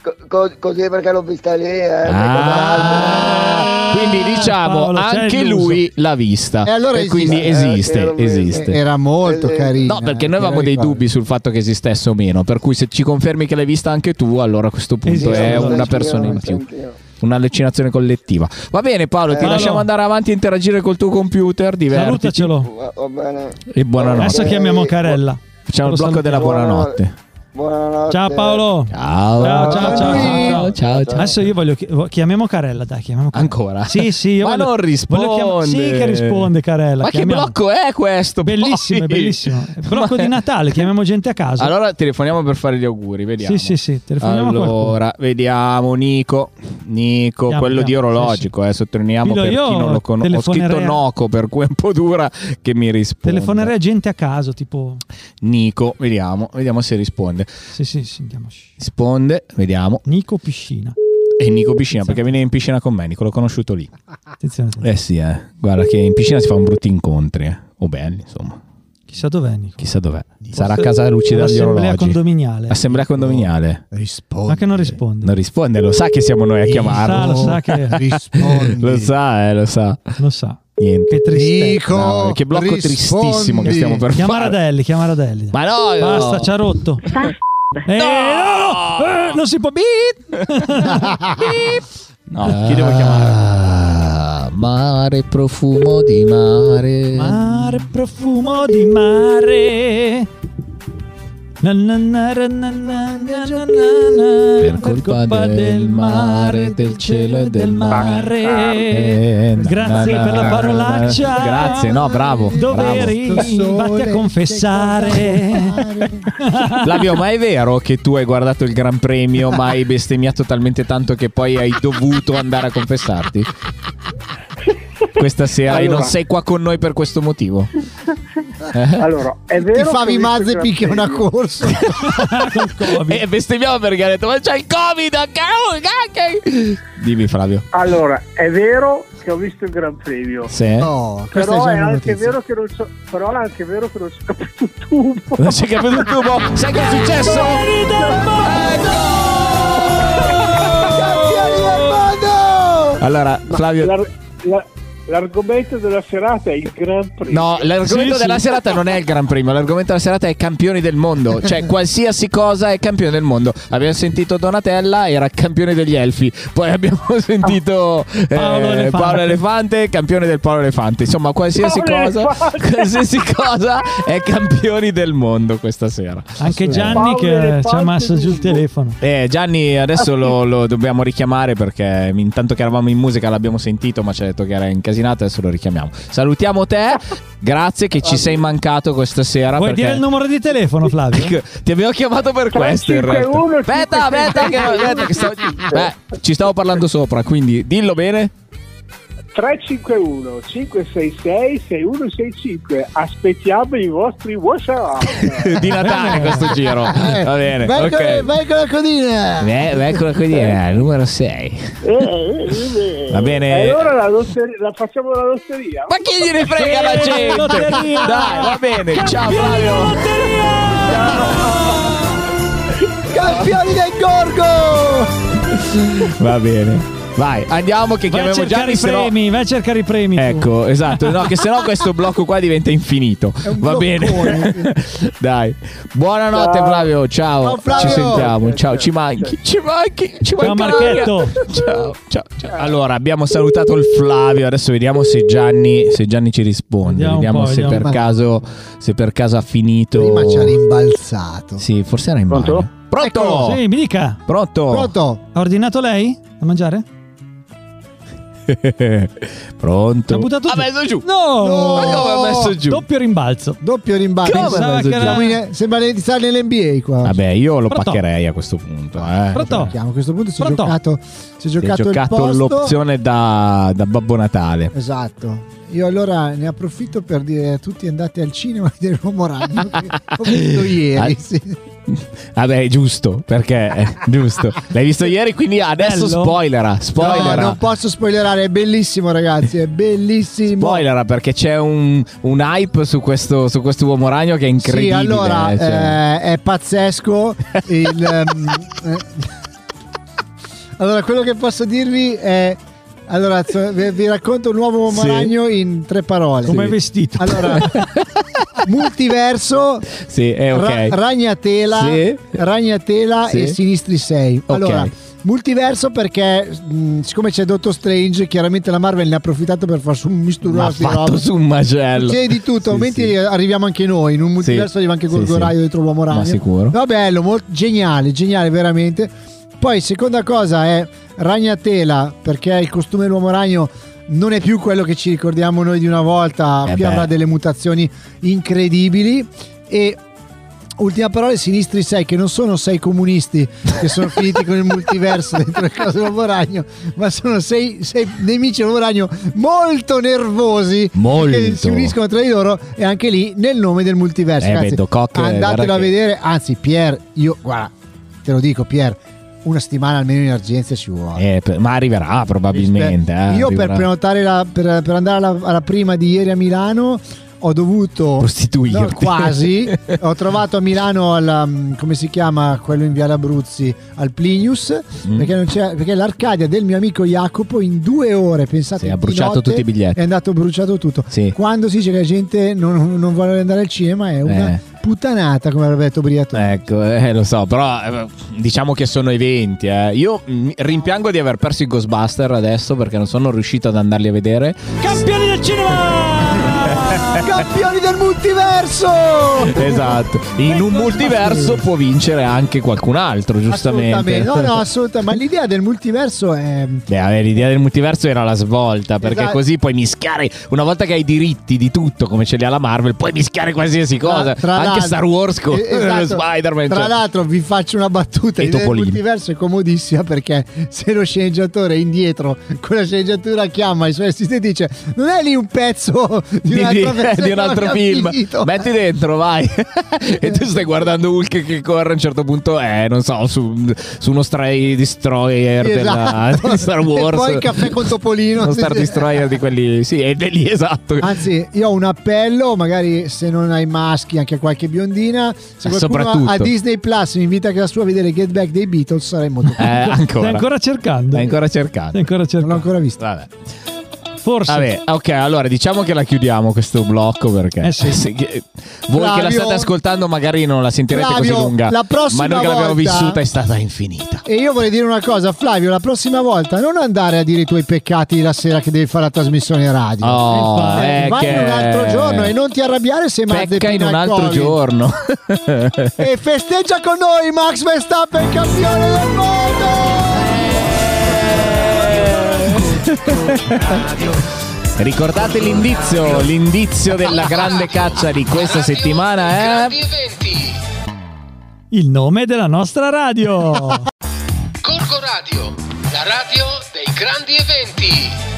Speaker 13: co- co- così perché l'ho vista lì. Eh,
Speaker 3: Ah, quindi diciamo
Speaker 7: Paolo, c'è
Speaker 3: anche
Speaker 7: l'uso.
Speaker 3: lui l'ha vista.
Speaker 12: E allora esiste.
Speaker 3: quindi
Speaker 12: Eh,
Speaker 3: esiste,
Speaker 13: ok,
Speaker 3: esiste.
Speaker 12: Era molto
Speaker 13: Eh,
Speaker 12: carino.
Speaker 3: No, perché noi avevamo dei dubbi sul fatto che esistesse o meno. Per cui se ci confermi che l'hai vista anche tu, allora a questo punto
Speaker 7: Esiste,
Speaker 3: è
Speaker 7: esiste.
Speaker 3: una persona in più. Un'allucinazione collettiva. Va bene, Paolo, ti
Speaker 7: Paolo.
Speaker 3: lasciamo andare avanti e interagire col tuo computer. Divertiti.
Speaker 7: Salutacelo.
Speaker 13: Va, va bene.
Speaker 3: E buonanotte.
Speaker 7: Adesso
Speaker 13: Ok.
Speaker 7: chiamiamo Carella.
Speaker 3: Facciamo il
Speaker 7: Lo
Speaker 3: blocco
Speaker 7: salutiamo.
Speaker 3: della buonanotte.
Speaker 13: Buonanotte.
Speaker 7: Ciao Paolo.
Speaker 3: Ciao.
Speaker 7: Ciao, ciao, ciao,
Speaker 3: ciao,
Speaker 7: ciao.
Speaker 3: ciao, ciao.
Speaker 7: Adesso io voglio chi- vo- chiamiamo Carella, dai, chiamiamo Carella.
Speaker 3: Ancora?
Speaker 7: Sì, sì, io
Speaker 3: Ma
Speaker 7: voglio-
Speaker 3: non risponde.
Speaker 7: voglio chiam- Sì che risponde Carella.
Speaker 3: Ma che
Speaker 7: chiamiamo.
Speaker 3: blocco è questo? poi?
Speaker 7: Bellissimo, è bellissimo. È Blocco
Speaker 3: Ma-
Speaker 7: di Natale, chiamiamo gente a casa.
Speaker 3: Allora telefoniamo per fare gli auguri, vediamo.
Speaker 7: Sì, sì, sì, telefoniamo a
Speaker 3: allora, vediamo Nico, Nico,
Speaker 7: Andiamo,
Speaker 3: quello di
Speaker 7: andiamo,
Speaker 3: orologico, eh, sottolineiamo
Speaker 7: Dillo,
Speaker 3: per chi
Speaker 7: io
Speaker 3: non lo conosce. Ho scritto
Speaker 7: telefonerei a-
Speaker 3: Noco, per cui è un po' dura che mi risponde.
Speaker 7: Telefonerei a gente a caso, tipo...
Speaker 3: Nico, vediamo, vediamo se risponde.
Speaker 7: Sì, sì, sì, andiamo. Shh.
Speaker 3: Risponde, vediamo.
Speaker 7: Nico Piscina.
Speaker 3: E Nico Piscina, perché viene in piscina con me, Nico l'ho conosciuto lì.
Speaker 7: Attenzione, attenzione.
Speaker 3: Eh sì, eh. guarda che in piscina si fanno brutti incontri, eh. o belli, insomma.
Speaker 7: Chissà dov'è Nico.
Speaker 3: Chissà dov'è. Eh. Sarà a casa luci dagli
Speaker 7: Assemblea
Speaker 3: orologi.
Speaker 7: condominiale. Ecco.
Speaker 3: Assemblea condominiale.
Speaker 12: Rispondi.
Speaker 7: Ma che non risponde.
Speaker 3: Non risponde, lo sa che siamo noi a
Speaker 7: sa,
Speaker 3: chiamarlo.
Speaker 7: lo sa che...
Speaker 12: Rispondi.
Speaker 3: Lo sa, eh, lo sa.
Speaker 7: Lo sa.
Speaker 3: Niente.
Speaker 7: Che tristezza.
Speaker 12: Dico,
Speaker 3: No, eh, che blocco
Speaker 12: rispondi.
Speaker 3: tristissimo che stiamo per
Speaker 7: Chiama
Speaker 3: fare.
Speaker 7: Radelli, chiama Radelli.
Speaker 3: Ma no, io-
Speaker 7: Basta, ci ha rotto. Eh, no, no, eh, non si può. Beep.
Speaker 3: No, chi devo chiamare? Ah, Mare, profumo di mare.
Speaker 7: Mare, profumo di mare. Na, na, na, ra, na, na, na, na, na, na.
Speaker 3: Per colpa del mare, del cielo e del mare. Eh, na,
Speaker 7: Grazie
Speaker 3: na, na,
Speaker 7: per la
Speaker 3: na,
Speaker 7: parolaccia.
Speaker 3: na. Grazie, no, bravo, bravo.
Speaker 7: Doveri, vatti a confessare.
Speaker 3: Flavio, ma è vero che tu hai guardato il Gran Premio, ma hai bestemmiato talmente tanto che poi hai dovuto andare a confessarti? Questa sera e non sei qua con noi per questo motivo.
Speaker 10: Allora, è
Speaker 4: Ti
Speaker 10: vero.
Speaker 4: favi
Speaker 10: che ho visto
Speaker 4: mazze
Speaker 10: il
Speaker 4: e picchia una
Speaker 10: raffreddore.
Speaker 4: corsa.
Speaker 3: e Eh, bestemmiamo perché ha detto ma c'è il covid anche anche dimmi Flavio
Speaker 10: Allora, è vero che ho visto il Gran Premio.
Speaker 3: Sì.
Speaker 4: No, questa è
Speaker 10: però
Speaker 4: già
Speaker 10: è
Speaker 4: una
Speaker 10: anche
Speaker 4: notizia.
Speaker 10: vero che non so, però è anche vero che non so capito il tubo.
Speaker 3: non c'è Eh, capito il tubo sai che è successo allora Flavio
Speaker 5: L'ar- la- l'argomento della serata è il Gran Prix.
Speaker 3: No, l'argomento della serata non è il Gran Premio, l'argomento della serata è campioni del mondo, cioè qualsiasi cosa è campione del mondo. Abbiamo sentito Donatella, era campione degli elfi, poi abbiamo sentito eh, Paolo, Elefante. campione del Paolo Elefante, insomma qualsiasi
Speaker 7: Paolo
Speaker 3: cosa,
Speaker 7: Elefante.
Speaker 3: qualsiasi cosa è campioni del mondo questa sera.
Speaker 7: Anche Gianni che ci ha messo giù il telefono.
Speaker 3: Eh, Gianni adesso lo, lo dobbiamo richiamare perché intanto che eravamo in musica l'abbiamo sentito ma ci ha detto che era incasinato adesso lo richiamiamo. Salutiamo te, grazie che ci sei mancato questa sera.
Speaker 7: Vuoi
Speaker 3: perché-
Speaker 7: dire il numero di telefono, Flavio?
Speaker 3: Ti abbiamo chiamato per questo in realtà.
Speaker 10: 351,
Speaker 3: Aspetta, aspetta che, aspetta che stavo- Beh, ci stavo parlando sopra, quindi dillo bene.
Speaker 5: 351 566 6165 aspettiamo i vostri whatsapp
Speaker 3: Di Natale questo giro. Va bene,
Speaker 4: Eh, Vai,
Speaker 3: ok.
Speaker 4: con, vai con la codina.
Speaker 3: Eh, eccola qui, eh, numero 6.
Speaker 5: eh,
Speaker 3: Va bene.
Speaker 5: e eh, allora la, lotteria- la facciamo la lotteria
Speaker 3: Ma chi gliene frega la gente?
Speaker 5: lotteria!
Speaker 3: Dai, va bene. Ciao Flavio.
Speaker 4: Campioni del Gorgo!
Speaker 3: Va bene. Vai, andiamo che
Speaker 7: Vai a
Speaker 3: chiamiamo
Speaker 7: cercare
Speaker 3: Gianni
Speaker 7: i
Speaker 3: se no-
Speaker 7: premi, vai a cercare i premi. tu.
Speaker 3: Ecco, esatto, no, che sennò questo blocco qua diventa infinito.
Speaker 7: un
Speaker 3: Va
Speaker 7: bloccone.
Speaker 3: bene. Dai. Buonanotte
Speaker 7: Ciao.
Speaker 3: Flavio, ciao.
Speaker 7: Ciao, Flavio.
Speaker 3: Ci sentiamo, ciao, ci manchi. Ci manchi, ci
Speaker 7: Ciao,
Speaker 3: manchi.
Speaker 7: Marchetto.
Speaker 3: Ciao, ciao, ciao. Allora, abbiamo salutato il Flavio, adesso vediamo se Gianni, se Gianni ci risponde,
Speaker 4: Vediamo
Speaker 3: vediamo,
Speaker 4: un po',
Speaker 3: se
Speaker 4: vediamo.
Speaker 3: per caso se per caso ha finito
Speaker 4: Prima ci ha rimbalzato.
Speaker 3: Sì, forse era in bagno. Pronto?
Speaker 4: Eccolo.
Speaker 7: Ecco, Sì, mi dica.
Speaker 3: Pronto?
Speaker 4: Pronto?
Speaker 7: Ha ordinato lei da mangiare?
Speaker 3: Pronto?
Speaker 7: Ha buttato giù.
Speaker 3: Ha messo giù.
Speaker 7: No!
Speaker 4: No! Ma come ha messo
Speaker 3: giù?
Speaker 7: Doppio rimbalzo.
Speaker 4: Doppio rimbalzo.
Speaker 7: Come Pensava mezzo che era-
Speaker 4: Siamo in- Sembra di stare nell'NBA qua.
Speaker 3: Vabbè, io lo
Speaker 4: Pronto?
Speaker 3: paccherei a questo punto, eh.
Speaker 4: Giochiamo, A questo punto si è
Speaker 7: Pronto?
Speaker 4: giocato, si è
Speaker 3: Si è
Speaker 4: giocato,
Speaker 3: giocato
Speaker 4: il posto.
Speaker 3: l'opzione da, da Babbo Natale.
Speaker 4: Esatto. Io allora ne approfitto per dire a tutti andate al cinema a vedere l'uomo ragno. che Ho visto
Speaker 3: Ah.
Speaker 4: ieri. sì.
Speaker 3: Vabbè, Ah, è giusto, perché è giusto. L'hai visto ieri, quindi adesso
Speaker 4: Bello?
Speaker 3: spoilera, spoilera.
Speaker 4: No, non posso spoilerare, è bellissimo ragazzi, è bellissimo.
Speaker 3: Spoilera perché c'è un, un hype su questo, su questo uomo ragno che è incredibile.
Speaker 4: Sì, allora
Speaker 3: eh, cioè.
Speaker 4: eh, è pazzesco. il, ehm, eh. Allora, quello che posso dirvi è. Allora, so- vi, vi racconto un nuovo uomo
Speaker 7: Sì.
Speaker 4: ragno in tre parole.
Speaker 7: Come è vestito?
Speaker 4: Allora, multiverso,
Speaker 3: Sì, è Eh, ok.
Speaker 4: ra- ragnatela,
Speaker 3: Sì.
Speaker 4: ragnatela e
Speaker 3: Sì.
Speaker 4: sinistri 6.
Speaker 3: Ok.
Speaker 4: Allora, multiverso perché mh, siccome c'è Dottor Strange, chiaramente la Marvel ne ha approfittato per farsi un
Speaker 3: Ma ha
Speaker 4: misturarsi di
Speaker 3: fatto
Speaker 4: roba.
Speaker 3: su un macello.
Speaker 4: C'è di tutto, momenti arriviamo anche noi, in un multiverso arriva anche
Speaker 3: sì,
Speaker 4: Gorgoraio
Speaker 3: sì.
Speaker 4: dietro l'uomo
Speaker 3: Ma
Speaker 4: ragno.
Speaker 3: sicuro.
Speaker 4: No, bello, molto, geniale, geniale veramente. Poi seconda cosa è Ragnatela, perché il costume dell'uomo ragno non è più quello che ci ricordiamo noi di una volta,
Speaker 3: Eh
Speaker 4: più
Speaker 3: beh.
Speaker 4: avrà delle mutazioni incredibili e Ultima parola, i sinistri 6, che non sono sei comunisti che sono finiti con il multiverso dentro il caso dell'uomo ragno, ma sono sei, sei nemici dell'uomo ragno molto nervosi che
Speaker 3: Molto.
Speaker 4: si uniscono tra di loro e anche lì nel nome del multiverso.
Speaker 3: Eh,
Speaker 4: Ragazzi,
Speaker 3: vedo Cock, eh,
Speaker 4: andatelo
Speaker 3: guarda
Speaker 4: a
Speaker 3: che-
Speaker 4: vedere, anzi Pier, io guarda, te lo dico Pier, una settimana almeno in emergenza ci vuole.
Speaker 3: Eh, per- ma arriverà probabilmente. eh,
Speaker 4: io per,
Speaker 3: arriverà.
Speaker 4: prenotare la- per, per andare alla, alla prima di ieri a Milano ho dovuto
Speaker 3: Prostituirti.
Speaker 4: No, quasi ho trovato a Milano al um, come si chiama quello in Viale Abruzzi al Plinius
Speaker 3: Mm.
Speaker 4: perché, non c'era- perché l'Arcadia del mio amico Jacopo in due ore pensate
Speaker 3: Sì, ha
Speaker 4: di
Speaker 3: bruciato
Speaker 4: notte,
Speaker 3: tutti i biglietti.
Speaker 4: è andato bruciato tutto
Speaker 3: Sì.
Speaker 4: quando si dice che la gente non, non vuole andare al cinema è una
Speaker 3: Eh.
Speaker 4: puttanata come avrebbe detto Briatore
Speaker 3: Ecco, eh, lo so, però eh, diciamo che sono eventi. eh. Io mm, rimpiango di aver perso i Ghostbuster adesso perché non sono riuscito ad andarli a vedere.
Speaker 7: Campioni del
Speaker 3: Eh.
Speaker 7: cinema!
Speaker 4: campioni del multiverso
Speaker 3: Esatto, in un multiverso può vincere anche qualcun altro, giustamente.
Speaker 4: assolutamente no no assolutamente ma l'idea del multiverso è
Speaker 3: Beh, vabbè, l'idea del multiverso era la svolta, perché
Speaker 4: Esatto.
Speaker 3: così puoi mischiare, una volta che hai i diritti di tutto come ce li ha la Marvel, puoi mischiare qualsiasi cosa, anche
Speaker 4: l'altro-
Speaker 3: Star Wars con
Speaker 4: Eh, esatto.
Speaker 3: Spider-man.
Speaker 4: Tra
Speaker 3: cioè.
Speaker 4: l'altro, vi faccio una battuta:
Speaker 3: E
Speaker 4: l'idea del
Speaker 3: Topolino.
Speaker 4: multiverso è comodissima perché se lo sceneggiatore è indietro con la sceneggiatura chiama i suoi assistenti e dice: Non è lì un pezzo di
Speaker 3: Di-
Speaker 4: un'altra
Speaker 3: di- di un altro film. Metti dentro, vai. e tu stai guardando Hulk che corre a un certo punto, eh, non so, su, su uno Stray Destroyer della-
Speaker 4: Esatto.
Speaker 3: di certo, Star Wars.
Speaker 4: E poi il Ah, caffè con Topolino.
Speaker 3: Uno Star Destroyer di quelli. Sì, è è lì esatto.
Speaker 4: Anzi, io ho un appello, magari se non hai maschi, anche a qualche biondina. Se qualcuno
Speaker 3: Eh, Soprattutto.
Speaker 4: ha- a Disney Plus mi invita a casa sua a vedere Get Back dei Beatles, sarei molto
Speaker 3: Eh, ancora.
Speaker 7: Stai ancora cercando.
Speaker 3: Stai ancora cercando.
Speaker 4: Non l'ho ancora visto.
Speaker 7: Forse.
Speaker 3: Vabbè, ok, allora diciamo che la chiudiamo questo blocco perché
Speaker 7: Eh sì.
Speaker 3: se- che- voi che la
Speaker 4: Flavio.
Speaker 3: state ascoltando magari non la sentirete
Speaker 4: Flavio,
Speaker 3: così lunga,
Speaker 4: la prossima
Speaker 3: ma noi che l'abbiamo
Speaker 4: volta-
Speaker 3: vissuta è stata infinita.
Speaker 4: E io vorrei dire una cosa, Flavio, la prossima volta non andare a dire i tuoi peccati la sera che devi fare la trasmissione radio.
Speaker 3: Oh,
Speaker 4: Infatti,
Speaker 3: eh,
Speaker 4: vai in
Speaker 3: che-
Speaker 4: un altro giorno e non ti arrabbiare se
Speaker 3: Pecca
Speaker 4: Mazepin
Speaker 3: in
Speaker 4: ha
Speaker 3: un
Speaker 4: il
Speaker 3: altro
Speaker 4: Covid.
Speaker 3: giorno.
Speaker 4: E festeggia con noi Max Verstappen, campione del
Speaker 3: Ricordate l'indizio, l'indizio della grande caccia di questa settimana eh? è
Speaker 7: Il nome della nostra radio.
Speaker 1: Corco Radio, la radio dei grandi eventi.